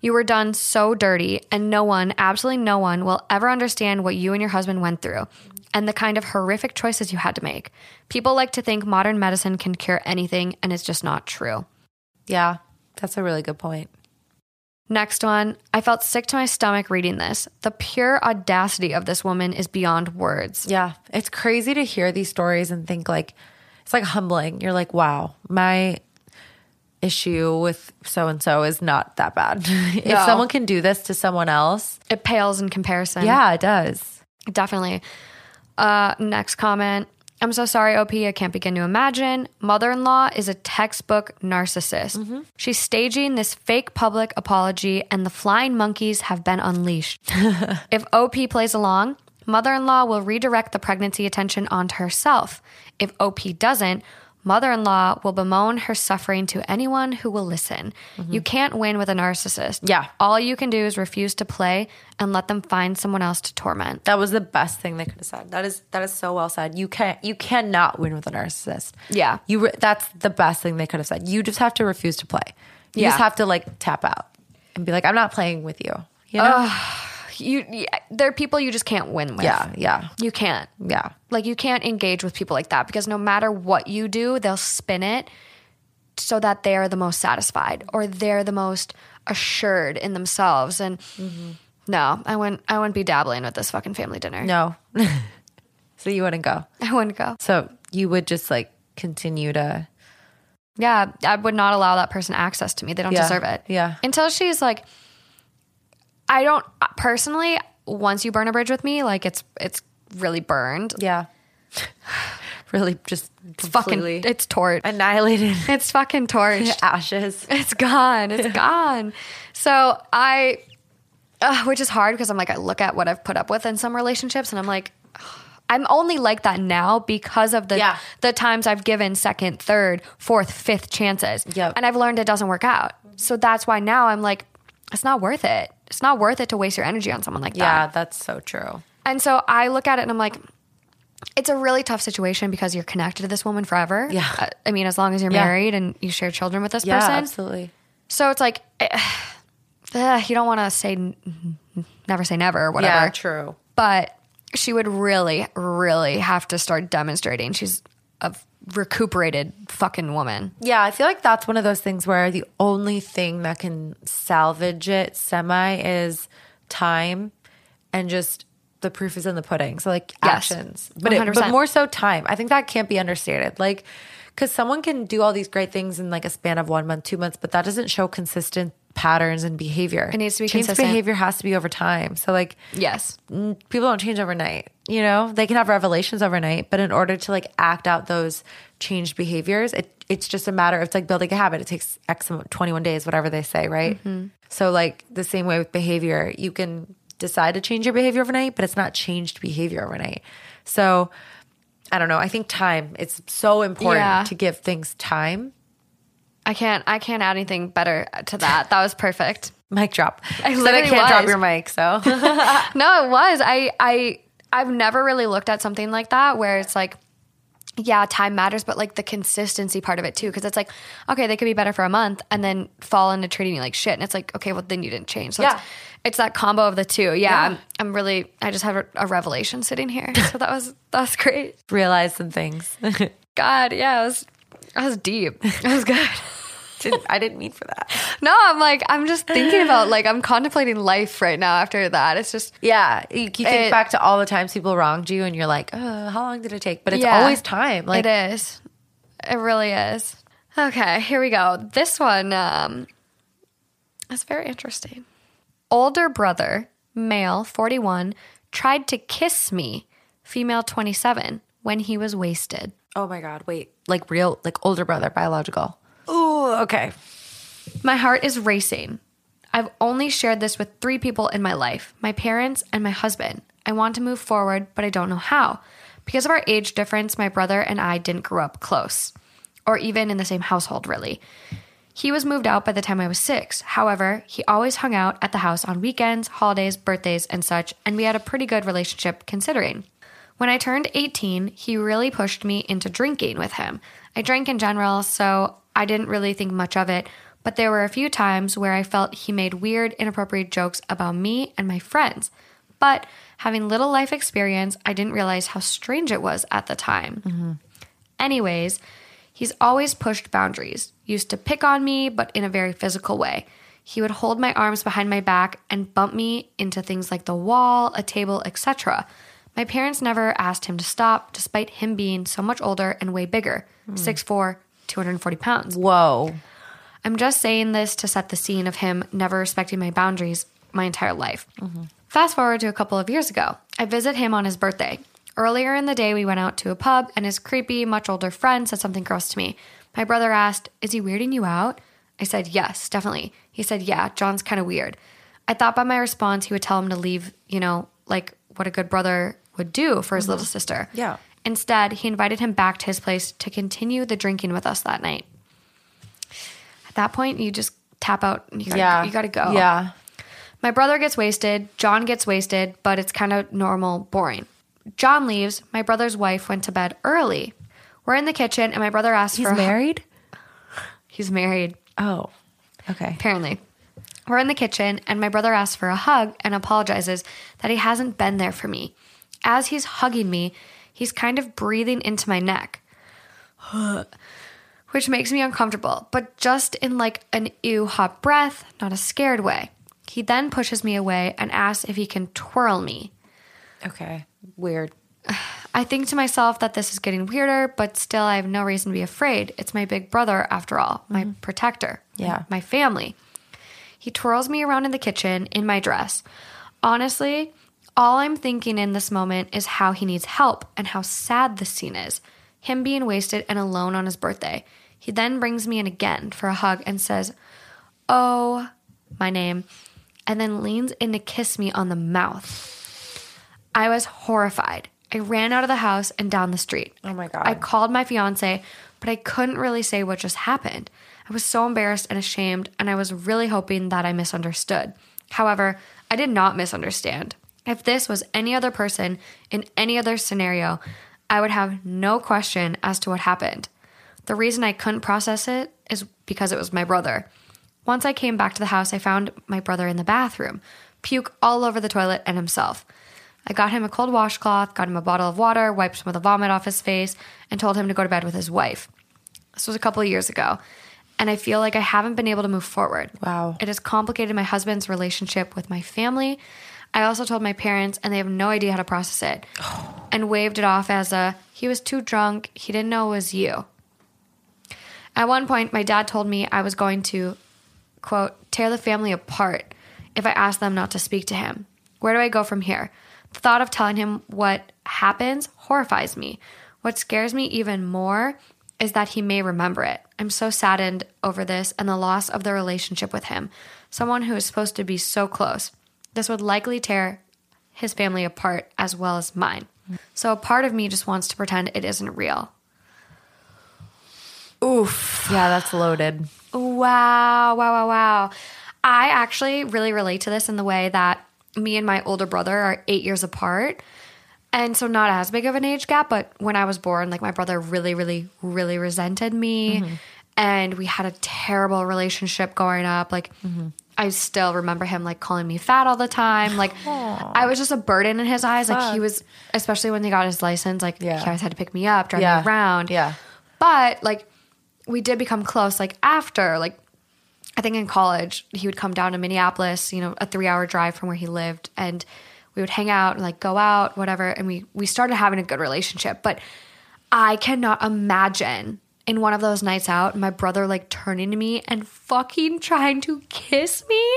Speaker 3: You were done so dirty, and no one, absolutely no one, will ever understand what you and your husband went through and the kind of horrific choices you had to make. People like to think modern medicine can cure anything, and it's just not true.
Speaker 4: Yeah, that's a really good point.
Speaker 3: Next one. I felt sick to my stomach reading this. The pure audacity of this woman is beyond words.
Speaker 4: Yeah, it's crazy to hear these stories and think like it's like humbling. You're like, wow, my issue with so and so is not that bad. if
Speaker 3: No.
Speaker 4: someone can do this to someone else,
Speaker 3: It pales in comparison.
Speaker 4: yeah, it does.
Speaker 3: Definitely. Uh, next comment. I'm so sorry, OP. I can't begin to imagine. Mother in law is a textbook narcissist. She's staging this fake public apology, and the flying monkeys have been unleashed. if OP plays along, mother in law will redirect the pregnancy attention onto herself. If OP doesn't, mother in law will bemoan her suffering to anyone who will listen. You can't win with a narcissist.
Speaker 4: Yeah.
Speaker 3: All you can do is refuse to play and let them find someone else to torment.
Speaker 4: That was the best thing they could have said. That is that is so well said. You can't you cannot win with a narcissist.
Speaker 3: Yeah.
Speaker 4: you. Re- that's the best thing they could have said. You just have to refuse to play. You
Speaker 3: Yeah.
Speaker 4: just have to like tap out and be like, I'm not playing with you. You know?
Speaker 3: you yeah, there are people you just can't win with.
Speaker 4: yeah, yeah,
Speaker 3: You can't.
Speaker 4: yeah.
Speaker 3: Like you can't engage with people like that because no matter what you do, they'll spin it so that they are the most satisfied or they're the most assured in themselves and
Speaker 4: Mm-hmm.
Speaker 3: no, I wouldn't I wouldn't be dabbling with this fucking family dinner.
Speaker 4: No, so you wouldn't go.
Speaker 3: I wouldn't go.
Speaker 4: So you would just like continue to.
Speaker 3: Yeah, I would not allow that person access to me. They don't
Speaker 4: Yeah.
Speaker 3: deserve it.
Speaker 4: Yeah.
Speaker 3: Until she's like, I don't uh, personally. Once you burn a bridge with me, like it's it's really burned.
Speaker 4: Yeah. really, just
Speaker 3: It's fucking
Speaker 4: completely
Speaker 3: it's torch.
Speaker 4: annihilated
Speaker 3: It's fucking torched.
Speaker 4: ashes.
Speaker 3: It's gone. It's gone. So I, uh, which is hard because I'm like, I look at what I've put up with in some relationships and I'm like, I'm only like that now because of the
Speaker 4: Yeah.
Speaker 3: the times I've given second, third, fourth, fifth chances.
Speaker 4: Yep.
Speaker 3: And I've learned it doesn't work out. So that's why now I'm like, it's not worth it. It's not worth it to waste your energy on someone like that.
Speaker 4: Yeah, that's so true.
Speaker 3: And so I look at it and I'm like, it's a really tough situation because you're connected to this woman forever.
Speaker 4: Yeah.
Speaker 3: Uh, I mean, as long as you're
Speaker 4: Yeah.
Speaker 3: married and you share children with this
Speaker 4: Yeah,
Speaker 3: person.
Speaker 4: absolutely.
Speaker 3: So it's like, eh, eh, you don't want to say n- n- never say never or whatever.
Speaker 4: Yeah, true.
Speaker 3: But she would really, really have to start demonstrating she's a recuperated fucking woman.
Speaker 4: Yeah, I feel like that's one of those things where the only thing that can salvage it semi is time and just the proof is in the pudding. So like
Speaker 3: Yes.
Speaker 4: actions. But it, but
Speaker 3: 100%.
Speaker 4: more so time. I think that can't be understated. Like cuz someone can do all these great things in like a span of 1 month, 2 months, but that doesn't show consistent patterns and behavior.
Speaker 3: It needs to be
Speaker 4: Change
Speaker 3: consistent.
Speaker 4: behavior has to be over time. So like
Speaker 3: Yes.
Speaker 4: people don't change overnight. You know, they can have revelations overnight, but in order to like act out those changed behaviors, it it's just a matter of it's like building a habit. It takes X amount- 21 days, whatever they say, right?
Speaker 3: Mm-hmm.
Speaker 4: So like the same way with behavior, you can decide to change your behavior overnight, but it's not changed behavior overnight. So I don't know. I think time. It's so important
Speaker 3: Yeah.
Speaker 4: to give things time.
Speaker 3: I can't, I can't add anything better to that. That was perfect.
Speaker 4: Mic drop. I
Speaker 3: literally
Speaker 4: I can't drop
Speaker 3: was.
Speaker 4: your mic. So
Speaker 3: No, it was. I I I've never really looked at something like that where it's like yeah, time matters, but like the consistency part of it too cuz it's like okay, they could be better for a month and then fall into treating you like shit and it's like okay, well then you didn't change. So it's,
Speaker 4: Yeah.
Speaker 3: it's that combo of the two. Yeah, I'm, I'm really I just had a, a revelation sitting here. So that was that was great.
Speaker 4: realize some things.
Speaker 3: God, yeah, it was I was deep. It was good.
Speaker 4: Didn't- I didn't mean for that.
Speaker 3: No, I'm like I'm just thinking about like I'm contemplating life right now after that. It's just
Speaker 4: Yeah, you, you think
Speaker 3: It-
Speaker 4: back to all the times people wronged you, and you're like, oh, how long did it take? But it's
Speaker 3: Yeah.
Speaker 4: always time. Like,
Speaker 3: it is. It really is. Okay, here we go. This one um, is very interesting. Older brother, male, 41, tried to kiss me, female, 27, when he was wasted.
Speaker 4: oh my god, wait, like real, like older brother, biological. Ooh, okay.
Speaker 3: My heart is racing. I've only shared this with three people in my life my parents and my husband. I want to move forward, but I don't know how. Because of our age difference, my brother and I didn't grow up close or even in the same household, really. He was moved out by the time I was six. However, he always hung out at the house on weekends, holidays, birthdays, and such, and we had a pretty good relationship considering. When I turned 18, he really pushed me into drinking with him. I drank in general, so I didn't really think much of it, but there were a few times where I felt he made weird, inappropriate jokes about me and my friends. But having little life experience, I didn't realize how strange it was at the time. Anyways, he's always pushed boundaries, used to pick on me, but in a very physical way. He would hold my arms behind my back and bump me into things like the wall, a table, etc. My parents never asked him to stop, despite him being so much older and way bigger 6'4, 240 pounds.
Speaker 4: Whoa.
Speaker 3: I'm just saying this to set the scene of him never respecting my boundaries my entire life. Fast forward to a couple of years ago. I visit him on his birthday. Earlier in the day, we went out to a pub, and his creepy, much older friend said something gross to me. My brother asked, Is he weirding you out? I said, Yes, definitely. He said, Yeah, John's kind of weird. I thought by my response, he would tell him to leave, you know, like what a good brother would do for his little sister.
Speaker 4: Yeah.
Speaker 3: Instead, he invited him back to his place to continue the drinking with us that night. At that point, you just tap out. And you gotta,
Speaker 4: yeah.
Speaker 3: You got to go.
Speaker 4: Yeah.
Speaker 3: My brother gets wasted, John gets wasted, but it's kind of normal, boring. John leaves, my brother's wife went to bed early. We're in the kitchen and my brother asks
Speaker 4: He's
Speaker 3: for
Speaker 4: married?
Speaker 3: He's married,
Speaker 4: Oh. Okay.
Speaker 3: apparently. We're in the kitchen and my brother asks for a hug and apologizes that he hasn't been there for me. As he's hugging me, he's kind of breathing into my neck. which makes me uncomfortable, but just in like an ew hot breath, not a scared way. He then pushes me away and asks if he can twirl me.
Speaker 4: Okay. Weird.
Speaker 3: I think to myself that this is getting weirder, but still, I have no reason to be afraid. It's my big brother, after all, my protector,
Speaker 4: Yeah.
Speaker 3: my family. He twirls me around in the kitchen in my dress. Honestly, all I'm thinking in this moment is how he needs help and how sad this scene is him being wasted and alone on his birthday. He then brings me in again for a hug and says, Oh, my name, and then leans in to kiss me on the mouth. I was horrified. I ran out of the house and down the street.
Speaker 4: Oh my God.
Speaker 3: I called my fiance, but I couldn't really say what just happened. I was so embarrassed and ashamed, and I was really hoping that I misunderstood. However, I did not misunderstand. If this was any other person in any other scenario, I would have no question as to what happened. The reason I couldn't process it is because it was my brother. Once I came back to the house, I found my brother in the bathroom, puke all over the toilet and himself. I got him a cold washcloth, got him a bottle of water, wiped some of the vomit off his face, and told him to go to bed with his wife. This was a couple of years ago, and I feel like I haven't been able to move forward.
Speaker 4: Wow.
Speaker 3: It has complicated my husband's relationship with my family. I also told my parents, and they have no idea how to process it and waved it off as a he was too drunk, he didn't know it was you. At one point, my dad told me I was going to, quote, tear the family apart if I asked them not to speak to him. Where do I go from here? The thought of telling him what happens horrifies me. What scares me even more is that he may remember it. I'm so saddened over this and the loss of the relationship with him, someone who is supposed to be so close. This would likely tear his family apart as well as mine. So a part of me just wants to pretend it isn't real.
Speaker 4: Oof. Yeah, that's loaded.
Speaker 3: Wow, wow, wow, wow. I actually really relate to this in the way that me and my older brother are eight years apart. And so, not as big of an age gap, but when I was born, like my brother really, really, really resented me.
Speaker 4: Mm-hmm.
Speaker 3: And we had a terrible relationship growing up. Like,
Speaker 4: Mm-hmm.
Speaker 3: I still remember him like calling me fat all the time. Like, I was just a burden in his eyes. Like, he was, especially when he got his license, like,
Speaker 4: Yeah.
Speaker 3: he always had to pick me up, drive
Speaker 4: Yeah.
Speaker 3: me around.
Speaker 4: Yeah.
Speaker 3: But like we did become close like after like I think in college he would come down to Minneapolis, you know, a 3-hour drive from where he lived and we would hang out and like go out whatever and we we started having a good relationship. But I cannot imagine in one of those nights out my brother like turning to me and fucking trying to kiss me.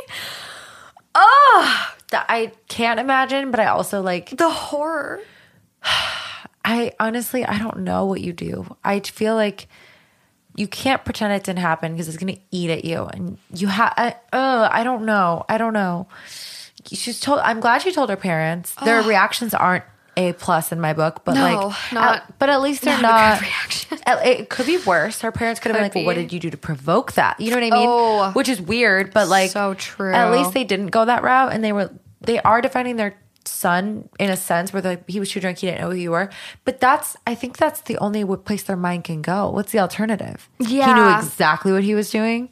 Speaker 4: Th- I can't imagine, but I also like
Speaker 3: The horror.
Speaker 4: I honestly, I don't know what you do. I feel like you can't pretend it didn't happen because it's going to eat at you. And you have, I, uh, I don't know. I don't know. She's told, I'm glad she told her parents. Their reactions aren't a plus in my book, but
Speaker 3: No,
Speaker 4: like,
Speaker 3: not-
Speaker 4: at- but at least
Speaker 3: not
Speaker 4: they're
Speaker 3: a
Speaker 4: not,
Speaker 3: good reaction.
Speaker 4: at- it could be worse. Her parents could have been
Speaker 3: Could
Speaker 4: like, well, what
Speaker 3: be.
Speaker 4: did you do to provoke that? You know what I mean?
Speaker 3: Oh.
Speaker 4: Which is weird, but like,
Speaker 3: So true.
Speaker 4: At least they didn't go that route and they were, they are defending their son in a sense where they're like, he was too drunk, he didn't know who you were. But that's, I think that's the only w- place their mind can go. What's the alternative? He knew
Speaker 3: Yeah.
Speaker 4: exactly what he was doing.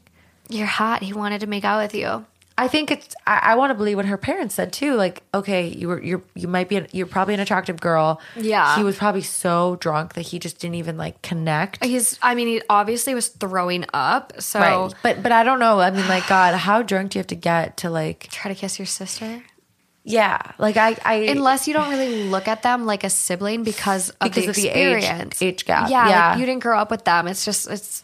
Speaker 3: You're hot. He wanted to make out with you.
Speaker 4: I think it's. I, I want to believe what her parents said too. Like, okay, you were you're you might be an, you're probably an attractive girl.
Speaker 3: Yeah.
Speaker 4: he was probably so drunk that he just didn't even like connect.
Speaker 3: He's I mean he obviously was throwing up. So
Speaker 4: Right, but but I don't know. I mean, like, God, how drunk do you have to get to like?
Speaker 3: try to kiss your sister.
Speaker 4: Yeah, like I I
Speaker 3: unless you don't really look at them like a sibling because of
Speaker 4: Because
Speaker 3: the
Speaker 4: of the age-
Speaker 3: experience
Speaker 4: age gap.
Speaker 3: Yeah, like,
Speaker 4: Yeah.
Speaker 3: you didn't grow up with them. It's just it's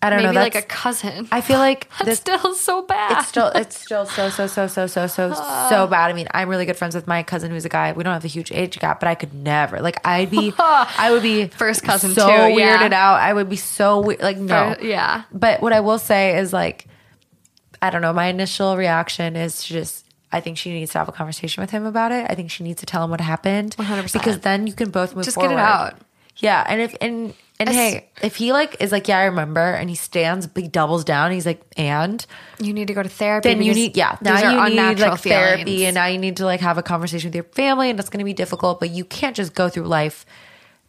Speaker 4: I don't
Speaker 3: Maybe
Speaker 4: know.
Speaker 3: like
Speaker 4: That's,
Speaker 3: a cousin.
Speaker 4: I feel like
Speaker 3: That's
Speaker 4: this
Speaker 3: still so bad.
Speaker 4: it's still it's still so so so so so so
Speaker 3: Uh.
Speaker 4: so bad. I mean, I'm really good friends with my cousin who's a guy. We don't have a huge age gap, but I could never like I'd be I would be
Speaker 3: Ah, First cousin
Speaker 4: so
Speaker 3: too, yeah.
Speaker 4: weirded out. I would be so weird like no
Speaker 3: Fir- yeah.
Speaker 4: But what I will say is like I don't know. My initial reaction is to just I think she needs to have a conversation with him about it. I think she needs to tell him what happened
Speaker 3: 100%.
Speaker 4: because then you can both move
Speaker 3: Just get it
Speaker 4: forward.
Speaker 3: out.
Speaker 4: Yeah, and if and and
Speaker 3: As-
Speaker 4: hey, if he like is like yeah, I remember, and he stands, he doubles down, and he's like and
Speaker 3: you need to go to therapy.
Speaker 4: then you
Speaker 3: because
Speaker 4: need yeah
Speaker 3: these
Speaker 4: now
Speaker 3: are
Speaker 4: you need
Speaker 3: unnatural
Speaker 4: like
Speaker 3: feelings.
Speaker 4: therapy and now you need to like have a conversation with your family and it's going to be difficult but you can't just go through life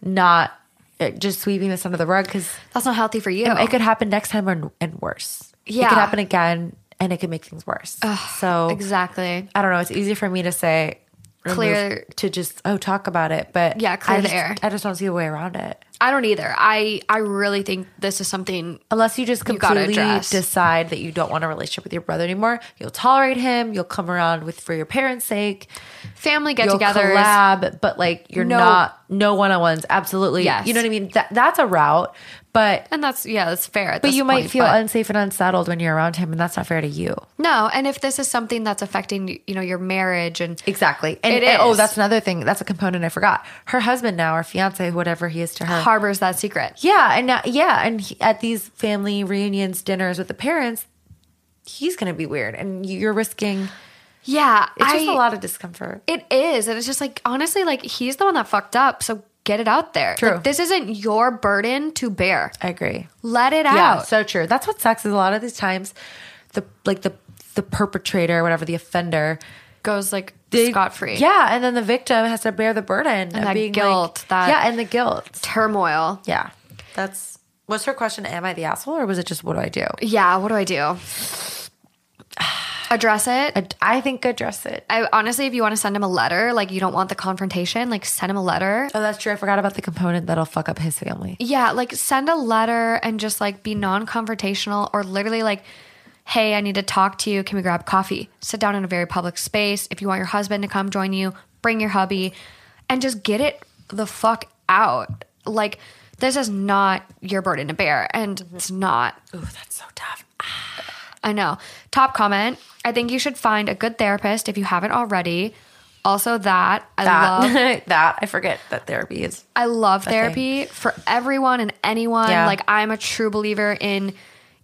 Speaker 4: not uh, just sweeping this under the rug because
Speaker 3: That's not healthy for you.
Speaker 4: it could happen next time or, and worse it
Speaker 3: Oh. Yeah.
Speaker 4: could happen again and it could make things worse so
Speaker 3: exactly.
Speaker 4: i don't know it's easy for me to say remove-
Speaker 3: Clear-
Speaker 4: to just oh talk about it but
Speaker 3: Yeah, clear
Speaker 4: I
Speaker 3: the
Speaker 4: just,
Speaker 3: air.
Speaker 4: i just don't see a way around it
Speaker 3: I don't either. I I really think this is something
Speaker 4: unless you just
Speaker 3: You gotta
Speaker 4: completely
Speaker 3: address.
Speaker 4: decide that you don't want a relationship with your brother anymore you'll tolerate him you'll come around with for your parents sake
Speaker 3: family get
Speaker 4: you'll
Speaker 3: together.
Speaker 4: collab, but like you're
Speaker 3: No.
Speaker 4: not no one on ones. Absolutely,
Speaker 3: Yes.
Speaker 4: you know what I mean. That that's a route, but
Speaker 3: And that's yeah, that's fair. at
Speaker 4: but
Speaker 3: this
Speaker 4: you might
Speaker 3: point,
Speaker 4: feel
Speaker 3: but-
Speaker 4: unsafe and unsettled when you're around him, and that's not fair to you.
Speaker 3: no. And if this is something that's affecting you know your marriage and
Speaker 4: Exactly, and
Speaker 3: It
Speaker 4: and- oh,
Speaker 3: is.
Speaker 4: that's another thing. That's a component I forgot. Her husband now, or fiance, whatever he is to her.
Speaker 3: harbors that secret,
Speaker 4: yeah, and now, yeah, and he, at these family reunions, dinners with the parents, he's going to be weird, and you're risking.
Speaker 3: yeah,
Speaker 4: It's just
Speaker 3: I-
Speaker 4: a lot of discomfort.
Speaker 3: It is, and it's just like honestly, like he's the one that fucked up. So get it out there.
Speaker 4: True.
Speaker 3: Like, this isn't your burden to bear.
Speaker 4: I agree.
Speaker 3: Let it
Speaker 4: Yeah,
Speaker 3: out.
Speaker 4: so true. That's what sucks is a lot of these times, the like the the perpetrator, whatever the offender,
Speaker 3: Goes like
Speaker 4: they-
Speaker 3: scot free.
Speaker 4: Yeah, and then the victim has to bear the burden of
Speaker 3: that
Speaker 4: being
Speaker 3: guilt,
Speaker 4: like-
Speaker 3: that-
Speaker 4: yeah, and the guilt.
Speaker 3: Turmoil.
Speaker 4: Yeah, that's was her question. Am I the asshole, or was it just what do I do?
Speaker 3: Yeah. What do I do? Address it.
Speaker 4: I, I think address it.
Speaker 3: I honestly, if you want to send him a letter, like you don't want the confrontation, like send him a letter.
Speaker 4: Oh, that's true. I forgot about the component that'll fuck up his family.
Speaker 3: Yeah, like send a letter and just like be non confrontational or literally like, hey, I need to talk to you. Can we grab coffee? Sit down in a very public space. If you want your husband to come join you, bring your hubby and just get it the fuck out. Like, this is not your burden to bear and it's not
Speaker 4: Ooh, that's so tough.
Speaker 3: I know. Top comment. I think you should find a good therapist if you haven't already. Also, that I love.
Speaker 4: That that I forget that therapy is.
Speaker 3: I love therapy for everyone and anyone.
Speaker 4: Yeah.
Speaker 3: Like I'm a true believer in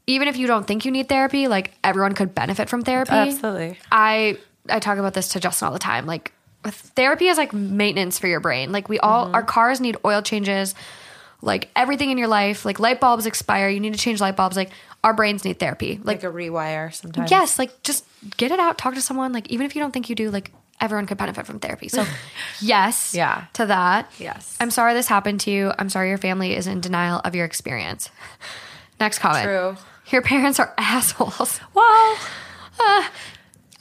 Speaker 3: even if you don't think you need therapy, like everyone could benefit from therapy.
Speaker 4: Absolutely.
Speaker 3: I I talk about this to Justin all the time. Like therapy is like maintenance for your brain. Like we all
Speaker 4: Mm-hmm.
Speaker 3: our cars need oil changes. Like everything in your life, like light bulbs expire, you need to change light bulbs. Like our brains need therapy. Like
Speaker 4: Like a rewire sometimes.
Speaker 3: yes, like just get it out, talk to someone. Like even if you don't think you do, like everyone could benefit from therapy. So yes,
Speaker 4: Yeah.
Speaker 3: to that.
Speaker 4: Yes.
Speaker 3: I'm sorry this happened to you. I'm sorry your family is in denial of your experience. Next comment.
Speaker 4: True.
Speaker 3: Your parents are assholes.
Speaker 4: Well,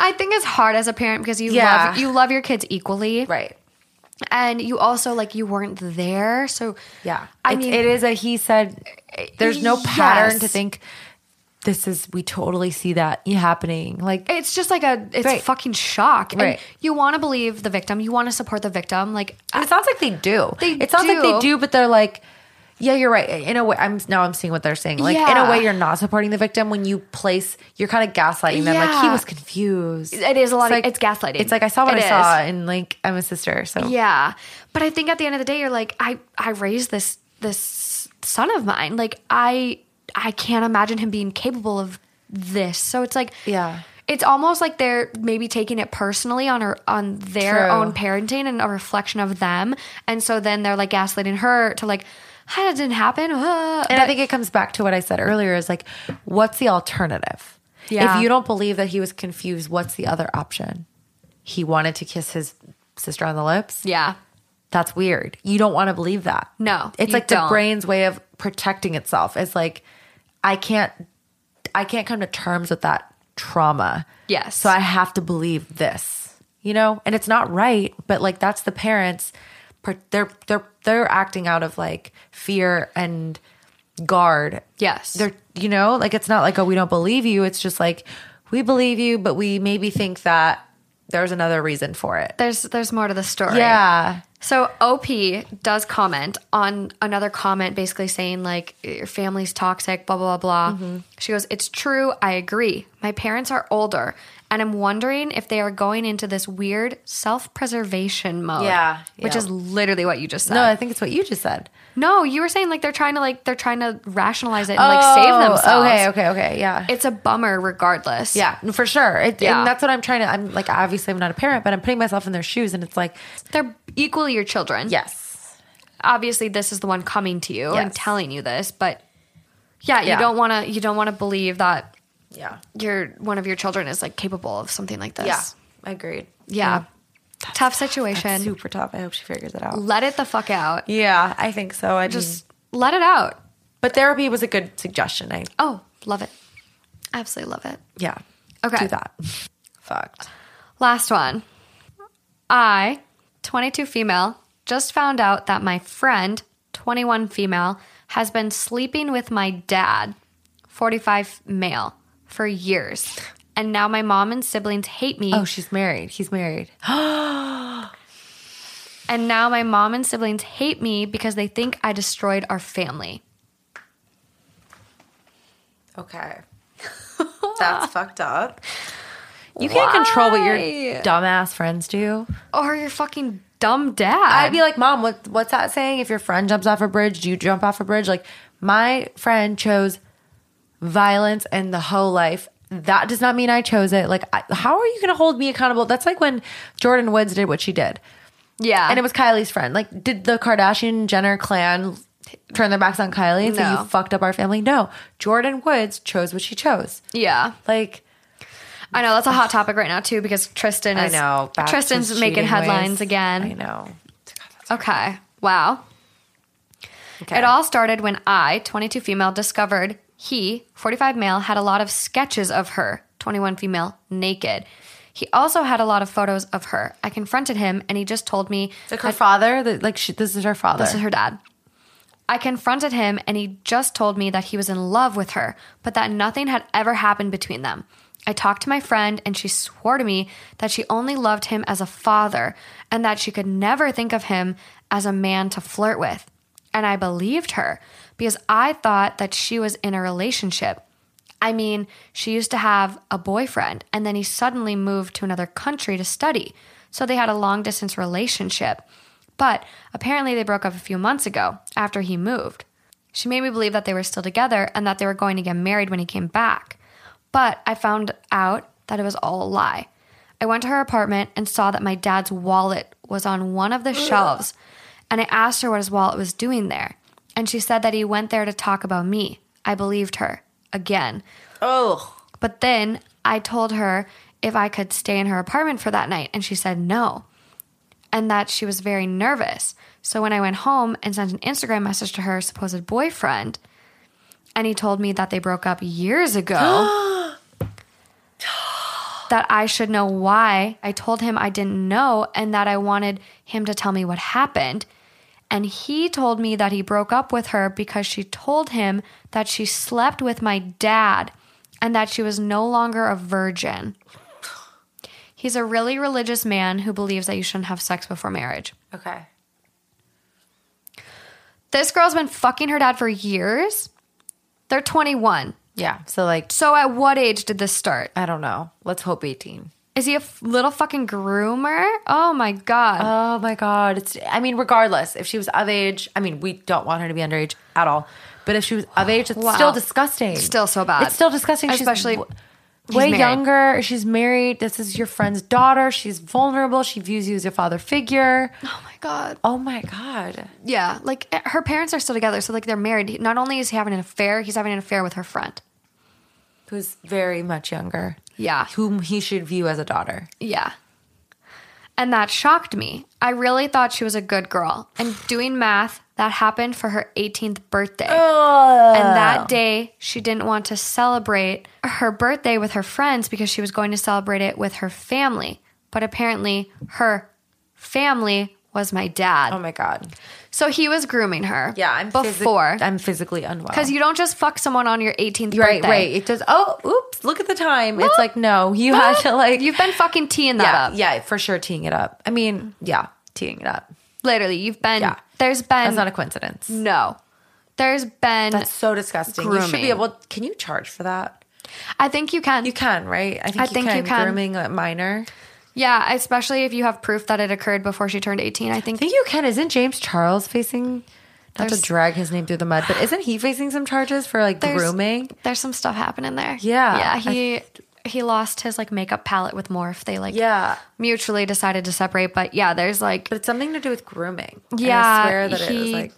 Speaker 3: I think it's hard as a parent because you
Speaker 4: Yeah.
Speaker 3: love you love your kids equally,
Speaker 4: right.
Speaker 3: and you also like you weren't there, so
Speaker 4: Yeah.
Speaker 3: I
Speaker 4: It's-
Speaker 3: mean,
Speaker 4: it is a he said, there's no pattern to
Speaker 3: Yes.
Speaker 4: think this is, we totally see that happening. Like,
Speaker 3: it's just like a it's
Speaker 4: Right.
Speaker 3: fucking shock. And
Speaker 4: Right.
Speaker 3: you want to believe the victim, you want to support the victim, like
Speaker 4: And it sounds like they do.
Speaker 3: They
Speaker 4: it sounds like they
Speaker 3: do.
Speaker 4: do, but they're like, yeah, you're right. In a way, I'm now I'm seeing what they're saying. Like in a
Speaker 3: Yeah.
Speaker 4: way, you're not supporting the victim when you place. You're kind of gaslighting them. Like he
Speaker 3: Yeah.
Speaker 4: was confused.
Speaker 3: It is a lot
Speaker 4: It's
Speaker 3: of- it's gaslighting.
Speaker 4: It's like I saw what
Speaker 3: It
Speaker 4: I saw,
Speaker 3: is.
Speaker 4: and like I'm a sister, so
Speaker 3: Yeah. But I think at the end of the day you're like I I raised this this son of mine. Like I I can't imagine him being capable of this. So it's like
Speaker 4: Yeah.
Speaker 3: It's almost like they're maybe taking it personally on her on their
Speaker 4: True.
Speaker 3: own parenting and a reflection of them. And so then they're like gaslighting her to like "Hi, that didn't happen. uh."
Speaker 4: And I think it comes back to what I said earlier is like, what's the alternative?
Speaker 3: Yeah.
Speaker 4: If you don't believe that he was confused, what's the other option? He wanted to kiss his sister on the lips.
Speaker 3: yeah.
Speaker 4: that's weird. You don't want to believe that.
Speaker 3: No,
Speaker 4: It's
Speaker 3: you
Speaker 4: like the
Speaker 3: don't.
Speaker 4: brain's way of protecting itself. It's like I can't I can't come to terms with that trauma.
Speaker 3: Yes.
Speaker 4: So I have to believe this. You know? And it's not right, but like that's the parents per- they're they're they're acting out of like fear and guard.
Speaker 3: Yes.
Speaker 4: They're you know, like it's not like oh we don't believe you. It's just like we believe you, but we maybe think that there's another reason for it.
Speaker 3: There's there's more to the story.
Speaker 4: Yeah.
Speaker 3: So OP does comment on another comment basically saying like your family's toxic, blah blah blah. blah.
Speaker 4: Mm-hmm.
Speaker 3: She goes, "It's true, I agree. My parents are older, and I'm wondering if they are going into this weird self-preservation mode."
Speaker 4: Yeah,
Speaker 3: Which
Speaker 4: yeah.
Speaker 3: is literally what you just said.
Speaker 4: No,
Speaker 3: No,
Speaker 4: I think it's what you just said.
Speaker 3: you were saying like they're trying to like they're trying to rationalize it and like save themselves.
Speaker 4: Oh, Okay, okay, okay. Yeah.
Speaker 3: It's a bummer regardless.
Speaker 4: yeah, for sure. It,
Speaker 3: Yeah.
Speaker 4: And that's what I'm trying to. I'm like, obviously, I'm not a parent, but I'm putting myself in their shoes, and it's like,
Speaker 3: They're equally your children.
Speaker 4: yes,
Speaker 3: obviously this is the one coming to you and
Speaker 4: Yes.
Speaker 3: telling you this, but yeah, you
Speaker 4: Yeah.
Speaker 3: don't want to you don't want to believe that
Speaker 4: yeah,
Speaker 3: your one of your children is like capable of something like this.
Speaker 4: yeah. Agreed.
Speaker 3: Yeah. Tough situation.
Speaker 4: Super tough. I hope she figures it out.
Speaker 3: let it the fuck out.
Speaker 4: Yeah, I think so. I just,
Speaker 3: Just let it out.
Speaker 4: but therapy was a good suggestion. I
Speaker 3: Oh, love it. Absolutely love it.
Speaker 4: yeah.
Speaker 3: Okay.
Speaker 4: Do that. Fucked.
Speaker 3: Last one. I, 22 female, just found out that my friend, 21 female, has been sleeping with my dad, 45 male, for years. And now my mom and siblings hate me.
Speaker 4: Oh, she's married. He's married.
Speaker 3: And now my mom and siblings hate me because they think I destroyed our family.
Speaker 4: Okay. That's fucked up. You can't control what your dumbass friends do.
Speaker 3: Or your fucking dumb dad.
Speaker 4: I'd be like, Mom, what, what's that saying? If your friend jumps off a bridge, do you jump off a bridge? Like, my friend chose violence and the whole life. That does not mean I chose it. Like, I, how are you going to hold me accountable? That's like when Jordan Woods did what she did.
Speaker 3: yeah.
Speaker 4: And it was Kylie's friend. Like, did the Kardashian Jenner clan turn their backs on Kylie and say,
Speaker 3: No.
Speaker 4: You fucked up our family? No. Jordan Woods chose what she chose.
Speaker 3: yeah.
Speaker 4: Like,
Speaker 3: I know that's a hot topic right now too because Tristan
Speaker 4: I
Speaker 3: is
Speaker 4: know. back to
Speaker 3: Tristan's making
Speaker 4: cheating
Speaker 3: headlines
Speaker 4: ways.
Speaker 3: again.
Speaker 4: I know.
Speaker 3: Okay. Wow.
Speaker 4: Okay.
Speaker 3: It all started when I, 22 female, discovered he, 45 male, had a lot of sketches of her, 21 female, naked. He also had a lot of photos of her. I confronted him and he just told me
Speaker 4: Like her father, that like she, this is her father.
Speaker 3: this is her dad. I confronted him and he just told me that he was in love with her, but that nothing had ever happened between them. I talked to my friend and she swore to me that she only loved him as a father and that she could never think of him as a man to flirt with. And I believed her because I thought that she was in a relationship. I mean, she used to have a boyfriend and then he suddenly moved to another country to study. So they had a long distance relationship. But apparently they broke up a few months ago after he moved. She made me believe that they were still together and that they were going to get married when he came back. But I found out that it was all a lie. I went to her apartment and saw that my dad's wallet was on one of the shelves. And I asked her what his wallet was doing there. And she said that he went there to talk about me. I believed her again.
Speaker 4: oh.
Speaker 3: But then I told her if I could stay in her apartment for that night, and she said no, and that she was very nervous. So when I went home and sent an Instagram message to her supposed boyfriend, and he told me that they broke up years ago. That I should know why. I told him I didn't know and that I wanted him to tell me what happened. And he told me that he broke up with her because she told him that she slept with my dad and that she was no longer a virgin. He's a really religious man who believes that you shouldn't have sex before marriage.
Speaker 4: Okay.
Speaker 3: This girl's been fucking her dad for years. They're 21.
Speaker 4: Yeah. So like,
Speaker 3: So at what age did this start?
Speaker 4: I don't know. Let's hope 18.
Speaker 3: Is he a f- little fucking groomer? Oh my god.
Speaker 4: Oh my God. It's, I mean, regardless, if she was of age, I mean, we don't want her to be underage at all. But if she was of age, it's
Speaker 3: Wow.
Speaker 4: still disgusting.
Speaker 3: Still so bad.
Speaker 4: It's still disgusting. She's
Speaker 3: Especially-
Speaker 4: w-
Speaker 3: She's
Speaker 4: way
Speaker 3: married.
Speaker 4: younger. She's married. This is your friend's daughter. She's vulnerable. She views you as your father figure.
Speaker 3: oh my god.
Speaker 4: Oh my God.
Speaker 3: Yeah, like eh, her parents are still together, so like they're married. Not only is he having an affair, he's having an affair with her friend.
Speaker 4: Who's very much younger.
Speaker 3: Yeah.
Speaker 4: Whom he should view as a daughter.
Speaker 3: Yeah. And that shocked me. I really thought she was a good girl. And doing math, that happened for her 18th birthday. And that day, she didn't want to celebrate her birthday with her friends because she was going to celebrate it with her family. But apparently, her family was my dad.
Speaker 4: Oh my God.
Speaker 3: so he was grooming her.
Speaker 4: physi-
Speaker 3: before.
Speaker 4: I'm physically unwell.
Speaker 3: Because you don't just fuck someone on your 18th
Speaker 4: Right,
Speaker 3: birthday.
Speaker 4: right. It does. Oh, oops! Look at the time. It's like no, you had to like
Speaker 3: You've been fucking teeing that
Speaker 4: yeah,
Speaker 3: up.
Speaker 4: yeah, for sure teeing it up. I mean, yeah, teeing it up.
Speaker 3: Literally, you've been
Speaker 4: Yeah.
Speaker 3: there's been
Speaker 4: That's not a coincidence.
Speaker 3: no. There's been
Speaker 4: That's so disgusting. You should be
Speaker 3: grooming.
Speaker 4: able. Can you charge for that?
Speaker 3: I think you can.
Speaker 4: You can, right? I think,
Speaker 3: I
Speaker 4: you,
Speaker 3: think
Speaker 4: can.
Speaker 3: you can.
Speaker 4: grooming a minor.
Speaker 3: yeah, especially if you have proof that it occurred before she turned 18. I think
Speaker 4: I think you can. Isn't James Charles facing? Not
Speaker 3: There's-
Speaker 4: to drag his name through the mud, but isn't he facing some charges for like
Speaker 3: there's,
Speaker 4: grooming?
Speaker 3: There's some stuff happening there.
Speaker 4: Yeah,
Speaker 3: Yeah,
Speaker 4: I-
Speaker 3: he he lost his like makeup palette with Morph. They like
Speaker 4: Yeah,
Speaker 3: mutually decided to separate, but yeah, there's like
Speaker 4: but it's something to do with grooming. And
Speaker 3: yeah,
Speaker 4: I swear that it was like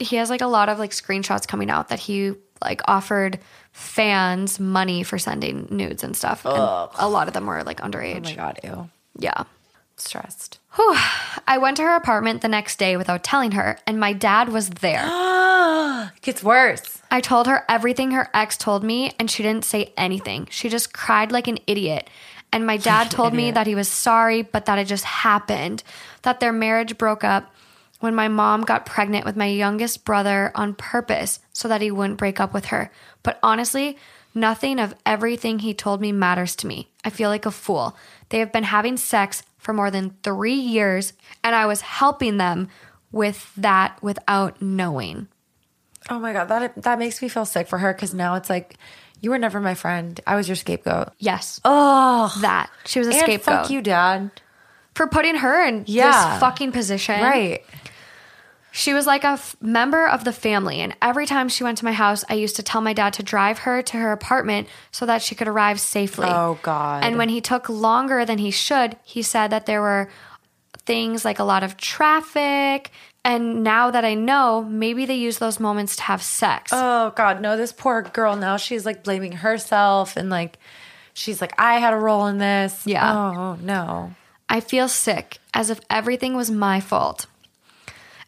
Speaker 4: oh
Speaker 3: he has like a lot of like screenshots coming out that he like offered fans money for sending nudes and stuff. And a lot of them were like
Speaker 4: Oh
Speaker 3: underage.
Speaker 4: my god, ew.
Speaker 3: yeah.
Speaker 4: Stressed.
Speaker 3: I went to her apartment the next day without telling her, and my dad was there.
Speaker 4: It gets worse.
Speaker 3: I told her everything her ex told me, and she didn't say anything. She just cried like an idiot. And my dad told me that he was sorry, but that it just happened, that their marriage broke up when my mom got pregnant with my youngest brother on purpose so that he wouldn't break up with her. But honestly, nothing of everything he told me matters to me. I feel like a fool. They have been having sex for more than three years, and I was helping them with that without knowing.
Speaker 4: Oh my god, that that makes me feel sick for her because now it's like you were never my friend. I was your scapegoat.
Speaker 3: Yes.
Speaker 4: Oh,
Speaker 3: that. She was a
Speaker 4: and
Speaker 3: scapegoat
Speaker 4: fuck you, dad.
Speaker 3: for putting her in
Speaker 4: Yeah.
Speaker 3: this fucking position.
Speaker 4: Right.
Speaker 3: She was like a f- member of the family, and every time she went to my house, I used to tell my dad to drive her to her apartment so that she could arrive safely.
Speaker 4: Oh, God.
Speaker 3: And when he took longer than he should, he said that there were things like a lot of traffic. And now that I know, maybe they use those moments to have sex.
Speaker 4: Oh God, no! This poor girl. Now she's like blaming herself and like she's like, I had a role in this.
Speaker 3: Yeah.
Speaker 4: Oh no.
Speaker 3: I feel sick, as if everything was my fault.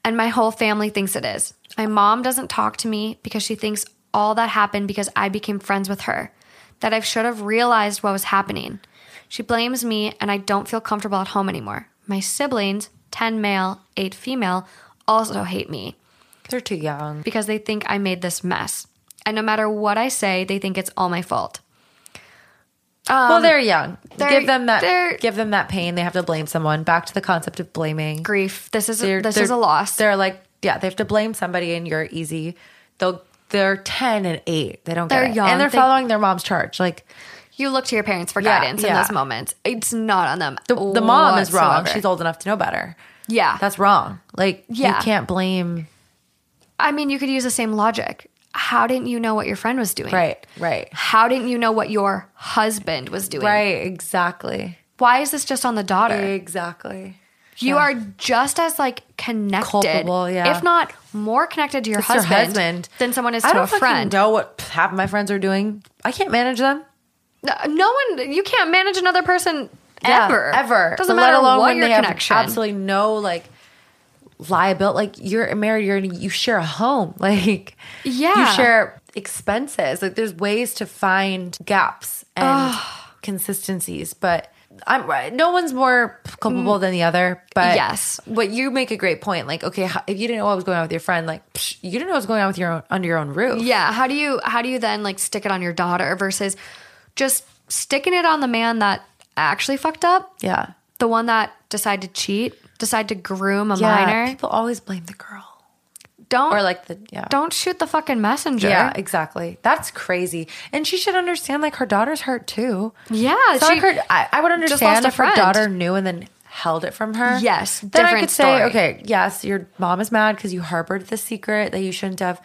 Speaker 3: And my whole family thinks it is. My mom doesn't talk to me because she thinks all that happened because I became friends with her, that I should have realized what was happening. She blames me, and I don't feel comfortable at home anymore. My siblings, 10 male, 8 female, also hate me
Speaker 4: They're too young.
Speaker 3: because they think I made this mess. And no matter what I say, they think it's all my fault.
Speaker 4: well, they're young.
Speaker 3: Um, they're-
Speaker 4: give them
Speaker 3: they're-
Speaker 4: that. Give them that pain. They have to blame someone. Back to the concept of blaming.
Speaker 3: Grief. This is
Speaker 4: They're-
Speaker 3: this
Speaker 4: they're-
Speaker 3: is a loss.
Speaker 4: They're like, yeah, they have to blame somebody, and you're easy. They'll. They're ten and eight. They don't.
Speaker 3: They're
Speaker 4: get it.
Speaker 3: young.
Speaker 4: and they're
Speaker 3: They-
Speaker 4: following their mom's charge. Like
Speaker 3: You look to your parents for
Speaker 4: Yeah,
Speaker 3: guidance in
Speaker 4: yeah.
Speaker 3: those moments. It's not on them.
Speaker 4: the, the mom is wrong.
Speaker 3: whatsoever.
Speaker 4: She's old enough to know better.
Speaker 3: yeah.
Speaker 4: That's wrong. Like
Speaker 3: Yeah.
Speaker 4: you can't blame.
Speaker 3: I mean, you could use the same logic. How didn't you know what your friend was doing?
Speaker 4: Right. Right.
Speaker 3: How didn't you know what your husband was doing?
Speaker 4: Right. Exactly.
Speaker 3: Why is this just on the daughter?
Speaker 4: Exactly.
Speaker 3: You are just as like connected,
Speaker 4: Culpable, yeah.
Speaker 3: if not more connected to your,
Speaker 4: It's your
Speaker 3: husband,
Speaker 4: husband.
Speaker 3: than someone is
Speaker 4: I
Speaker 3: to
Speaker 4: don't
Speaker 3: a
Speaker 4: fucking
Speaker 3: friend.
Speaker 4: know what half of my friends are doing. I can't manage them.
Speaker 3: No no one, you can't manage another person
Speaker 4: Yeah,
Speaker 3: ever,
Speaker 4: ever.
Speaker 3: Doesn't
Speaker 4: But
Speaker 3: matter
Speaker 4: let alone
Speaker 3: what
Speaker 4: when
Speaker 3: your
Speaker 4: they have
Speaker 3: connection.
Speaker 4: absolutely no like liability. Like you're married, you're in, you share a home. Like
Speaker 3: Yeah.
Speaker 4: you share expenses. Like there's ways to find gaps and consistencies, but. I'm right. No one's more culpable than the other, but
Speaker 3: Mm. Yes.
Speaker 4: but you make a great point. Like, okay, how- if you didn't know what was going on with your friend, like, psh, you didn't know what was going on with your own under your own roof.
Speaker 3: Yeah. How do you how do you then like stick it on your daughter versus just sticking it on the man that actually fucked up?
Speaker 4: yeah.
Speaker 3: The one that decided to cheat, decide to groom a minor.
Speaker 4: People always blame the girl
Speaker 3: Don't
Speaker 4: or like the yeah.
Speaker 3: don't shoot the fucking messenger.
Speaker 4: yeah, exactly. That's crazy. And she should understand like her daughter's hurt too.
Speaker 3: Yeah,
Speaker 4: It's not
Speaker 3: she-
Speaker 4: like her, I, I would
Speaker 3: just lost
Speaker 4: understand
Speaker 3: a
Speaker 4: if her
Speaker 3: friend.
Speaker 4: daughter knew and then held it from her.
Speaker 3: Yes,
Speaker 4: Then I
Speaker 3: different
Speaker 4: could
Speaker 3: story.
Speaker 4: say, okay, yes, your mom is mad because you harbored the secret that you shouldn't have.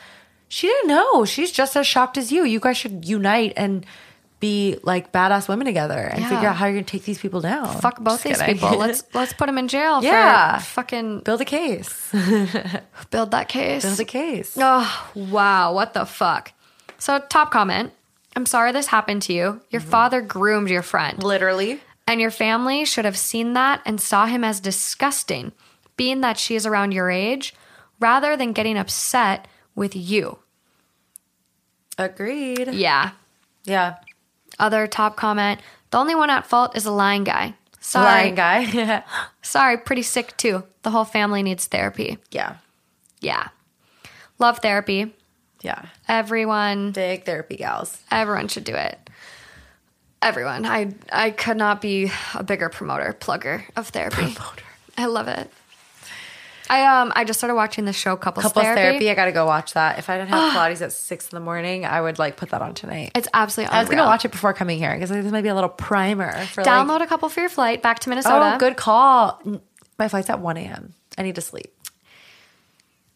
Speaker 4: She didn't know. She's just as shocked as you. You guys should unite and be like badass women together and
Speaker 3: Yeah.
Speaker 4: figure out how you're gonna take these people down.
Speaker 3: Fuck both
Speaker 4: Just
Speaker 3: these
Speaker 4: kidding.
Speaker 3: people. Let's let's put them in jail.
Speaker 4: Yeah.
Speaker 3: for fucking
Speaker 4: build a case.
Speaker 3: build that case.
Speaker 4: Build a case.
Speaker 3: Oh, wow. What the fuck? So, top comment. I'm sorry this happened to you. Your
Speaker 4: Mm-hmm.
Speaker 3: father groomed your friend.
Speaker 4: Literally.
Speaker 3: And your family should have seen that and saw him as disgusting, being that she is around your age, rather than getting upset with you.
Speaker 4: Agreed.
Speaker 3: Yeah.
Speaker 4: Yeah.
Speaker 3: Other top comment. The only one at fault is a lying guy. Sorry.
Speaker 4: Lying guy.
Speaker 3: Sorry, pretty sick too. The whole family needs therapy.
Speaker 4: yeah.
Speaker 3: Yeah. Love therapy.
Speaker 4: Yeah.
Speaker 3: Everyone
Speaker 4: Big therapy gals.
Speaker 3: everyone should do it. Everyone. I I could not be a bigger promoter, plugger of therapy. Promoter. I love it. I um I just started watching the show Couples,
Speaker 4: Couples
Speaker 3: Therapy.
Speaker 4: therapy. I gotta go watch that. If I didn't have Pilates at six in the morning, I would like put that on tonight.
Speaker 3: It's absolutely unreal.
Speaker 4: I was gonna watch it before coming here because this might be a little primer for
Speaker 3: Download
Speaker 4: Like,
Speaker 3: a couple for your flight back to Minnesota.
Speaker 4: oh, good call. My flight's at one a.m. I need to sleep.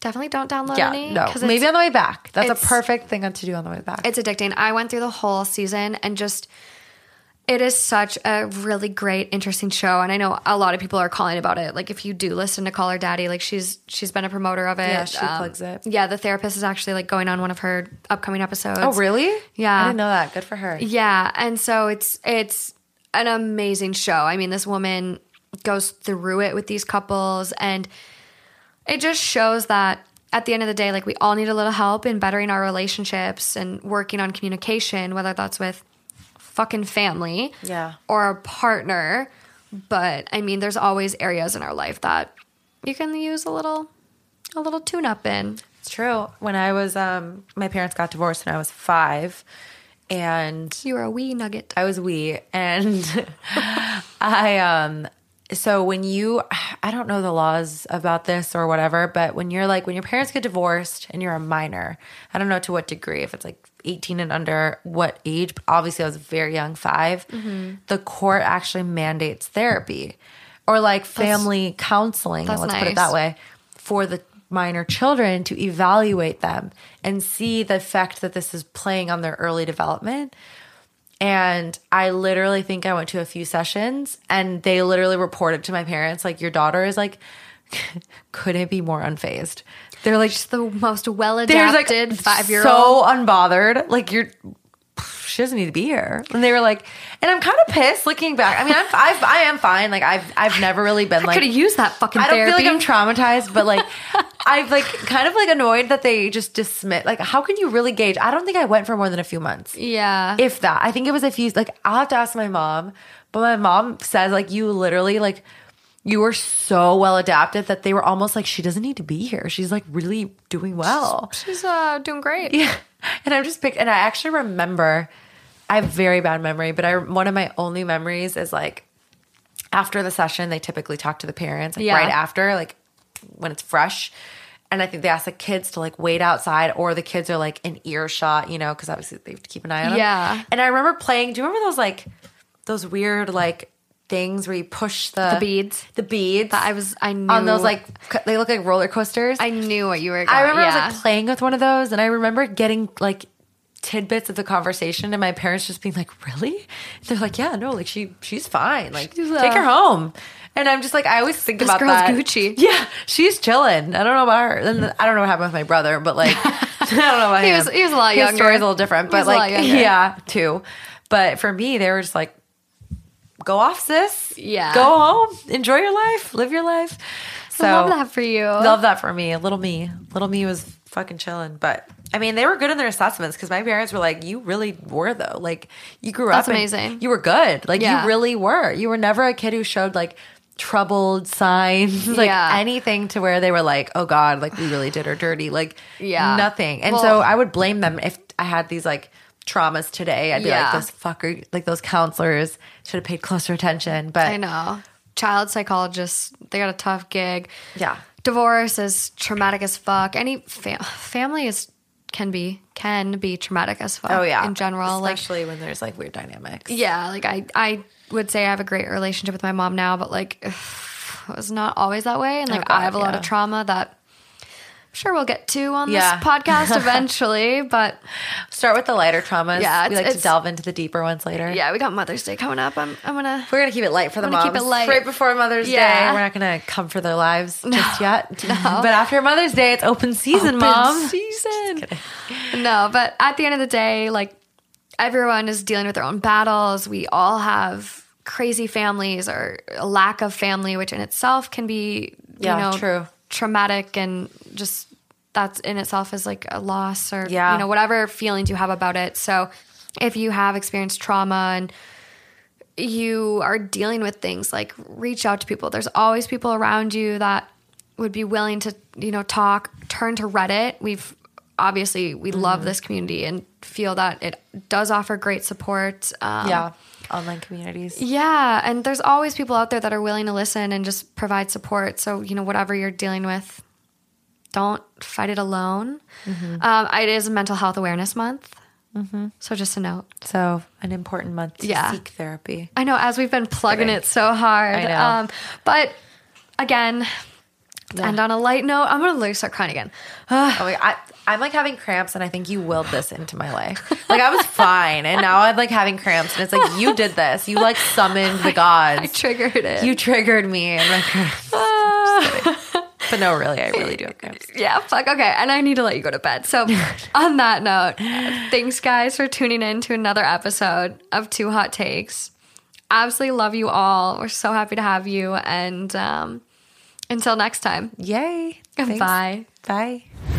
Speaker 3: Definitely don't download
Speaker 4: Yeah,
Speaker 3: any.
Speaker 4: no,
Speaker 3: 'cause
Speaker 4: maybe
Speaker 3: it's-
Speaker 4: on the way back. That's a
Speaker 3: it's-
Speaker 4: perfect thing to do on the way back.
Speaker 3: it's addicting. I went through the whole season and just it is such a really great, interesting show. And I know a lot of people are calling about it. Like if you do listen to Call Her Daddy, like she's she's been a promoter of it. Um,
Speaker 4: Yeah, she plugs it.
Speaker 3: Yeah, the therapist is actually like going on one of her upcoming episodes.
Speaker 4: oh, really?
Speaker 3: Yeah.
Speaker 4: I didn't know that. Good for her.
Speaker 3: Yeah, and so it's it's an amazing show. I mean, this woman goes through it with these couples and it just shows that at the end of the day like we all need a little help in bettering our relationships and working on communication whether that's with fucking family
Speaker 4: Yeah.
Speaker 3: or a partner but i mean there's always areas in our life that you can use a little a little tune up in
Speaker 4: It's true. When I was, um, my parents got divorced when I was five, and
Speaker 3: you're a wee nugget
Speaker 4: I was wee, and I um. So when you, I don't know the laws about this or whatever, but when you're like when your parents get divorced and you're a minor, I don't know to what degree if it's like 18 and under, what age? but Obviously, I was very young, 5
Speaker 3: Mm-hmm.
Speaker 4: The court actually mandates therapy or like family counseling.
Speaker 3: that's
Speaker 4: let's put
Speaker 3: nice.
Speaker 4: it that way for the minor children to evaluate them and see the effect that this is playing on their early development. And I literally think I went to a few sessions and they literally reported to my parents, like, your daughter is like, couldn't be more unfazed. They're like,
Speaker 3: the most
Speaker 4: they're like,
Speaker 3: well-adapted five-year-old
Speaker 4: so unbothered. Like, you're, she doesn't need to be here. And they were like, and I'm kind of pissed looking back. I mean, I'm, I've, I am fine. Like, I've, I've never really been
Speaker 3: I
Speaker 4: like,
Speaker 3: could have used that fucking
Speaker 4: I don't
Speaker 3: therapy.
Speaker 4: feel like I'm traumatized, but like I've like kind of like annoyed that they just dismiss. Like, how can you really gauge? I don't think I went for more than a few months,
Speaker 3: yeah.
Speaker 4: if that. I think it was a few. Like, I'll have to ask my mom, but my mom says like you literally like you were so well adapted that they were almost like she doesn't need to be here. She's like really doing well.
Speaker 3: She's uh, doing great.
Speaker 4: Yeah. And I'm just picked, and I actually remember, I have very bad memory, but I one of my only memories is like after the session, they typically talk to the parents like
Speaker 3: Yeah.
Speaker 4: right after, like when it's fresh. And I think they ask the kids to like wait outside, or the kids are like in earshot, you know, because obviously they have to keep an eye on them.
Speaker 3: Yeah.
Speaker 4: And I remember playing. Do you remember those like those weird like things where you push the,
Speaker 3: The beads.
Speaker 4: the beads?
Speaker 3: That I was, I knew.
Speaker 4: on those like c- they look like roller coasters.
Speaker 3: I knew what you were. Going,
Speaker 4: I remember I
Speaker 3: yeah.
Speaker 4: was like playing with one of those, and I remember getting like tidbits of the conversation, and my parents just being like, "Really?" They're like, "Yeah, no, like she she's fine. Like
Speaker 3: She's,
Speaker 4: take
Speaker 3: uh,
Speaker 4: her home." And I'm just like, I always think
Speaker 3: This
Speaker 4: about
Speaker 3: girl's
Speaker 4: that.
Speaker 3: Gucci.
Speaker 4: Yeah, she's chilling. I don't know about her. And I don't know what happened with my brother, but like, I don't know about
Speaker 3: He
Speaker 4: him.
Speaker 3: was- he was a lot
Speaker 4: His
Speaker 3: younger.
Speaker 4: story's a little different,
Speaker 3: He
Speaker 4: but
Speaker 3: was a lot
Speaker 4: like,
Speaker 3: younger.
Speaker 4: yeah, too. But for me, they were just like, "Go off, sis.
Speaker 3: Yeah.
Speaker 4: go home, enjoy your life, live your life." So
Speaker 3: I love that for you.
Speaker 4: Love that for me. Little me. Little me was fucking chilling. But I mean, they were good in their assessments because my parents were like, you really were, though. Like, you grew
Speaker 3: That's
Speaker 4: up. and
Speaker 3: amazing.
Speaker 4: You were good. Like,
Speaker 3: Yeah.
Speaker 4: you really were. You were never a kid who showed like troubled signs, like
Speaker 3: Yeah.
Speaker 4: anything to where they were like, oh God, like we really did her dirty. Like,
Speaker 3: Yeah.
Speaker 4: nothing. And so
Speaker 3: Well-
Speaker 4: I would blame them if I had these like, Traumas today, I'd be
Speaker 3: Yeah.
Speaker 4: like, those fucker, like those counselors should have paid closer attention. But
Speaker 3: I know. Child psychologists, they got a tough gig.
Speaker 4: Yeah.
Speaker 3: Divorce is traumatic as fuck. Any fam- family is can be can be traumatic as fuck.
Speaker 4: oh, yeah,
Speaker 3: in general, like
Speaker 4: especially when there's like weird dynamics.
Speaker 3: yeah, like I I would say I have a great relationship with my mom now, but like it was not always that way, and like
Speaker 4: God,
Speaker 3: I have a lot
Speaker 4: yeah.
Speaker 3: of trauma that. I'm Sure, we'll get to on
Speaker 4: Yeah.
Speaker 3: this podcast eventually, but
Speaker 4: Start with the lighter traumas.
Speaker 3: Yeah,
Speaker 4: we
Speaker 3: it's-
Speaker 4: like to
Speaker 3: it's-
Speaker 4: delve into the deeper ones later.
Speaker 3: yeah, we got Mother's Day coming up. I'm I'm gonna
Speaker 4: We're gonna keep it light for the
Speaker 3: I'm gonna
Speaker 4: moms.
Speaker 3: keep it light.
Speaker 4: Right before Mother's
Speaker 3: Yeah.
Speaker 4: Day, we're not gonna come for their lives just yet. But after Mother's Day, it's open season,
Speaker 3: Open
Speaker 4: mom.
Speaker 3: season. no, but at the end of the day, like everyone is dealing with their own battles. We all have crazy families or a lack of family, which in itself can be
Speaker 4: Yeah,
Speaker 3: you know
Speaker 4: true.
Speaker 3: traumatic and just that's in itself is like a loss or
Speaker 4: Yeah.
Speaker 3: you know whatever feelings you have about it. So if you have experienced trauma and you are dealing with things like reach out to people there's always people around you that would be willing to you know talk turn to reddit we've obviously we love this community and feel that it does offer great support. Um,
Speaker 4: yeah. Online communities.
Speaker 3: yeah, and there's always people out there that are willing to listen and just provide support. So, you know, whatever you're dealing with, don't fight it alone. Um, it is Mental Health Awareness Month. So, just a note.
Speaker 4: So an important month to
Speaker 3: Yeah.
Speaker 4: seek therapy.
Speaker 3: I know, as we've been plugging it so hard.
Speaker 4: I know.
Speaker 3: Um, but again, to end on a light note, I'm going to start crying again.
Speaker 4: Oh my, I, I'm like having cramps, and I think you willed this into my life. Like I was fine, and now I'm like having cramps, and it's like you did this. You like summoned the gods.
Speaker 3: I triggered it.
Speaker 4: you triggered me and my cramps. Just kidding. but no, really, I really do have cramps.
Speaker 3: yeah, fuck. Okay. And I need to let you go to bed. So, on that note, thanks guys for tuning in to another episode of Two Hot Takes. Absolutely love you all. We're so happy to have you. And um, until next time,
Speaker 4: Yay! Thanks.
Speaker 3: Bye.
Speaker 4: Bye.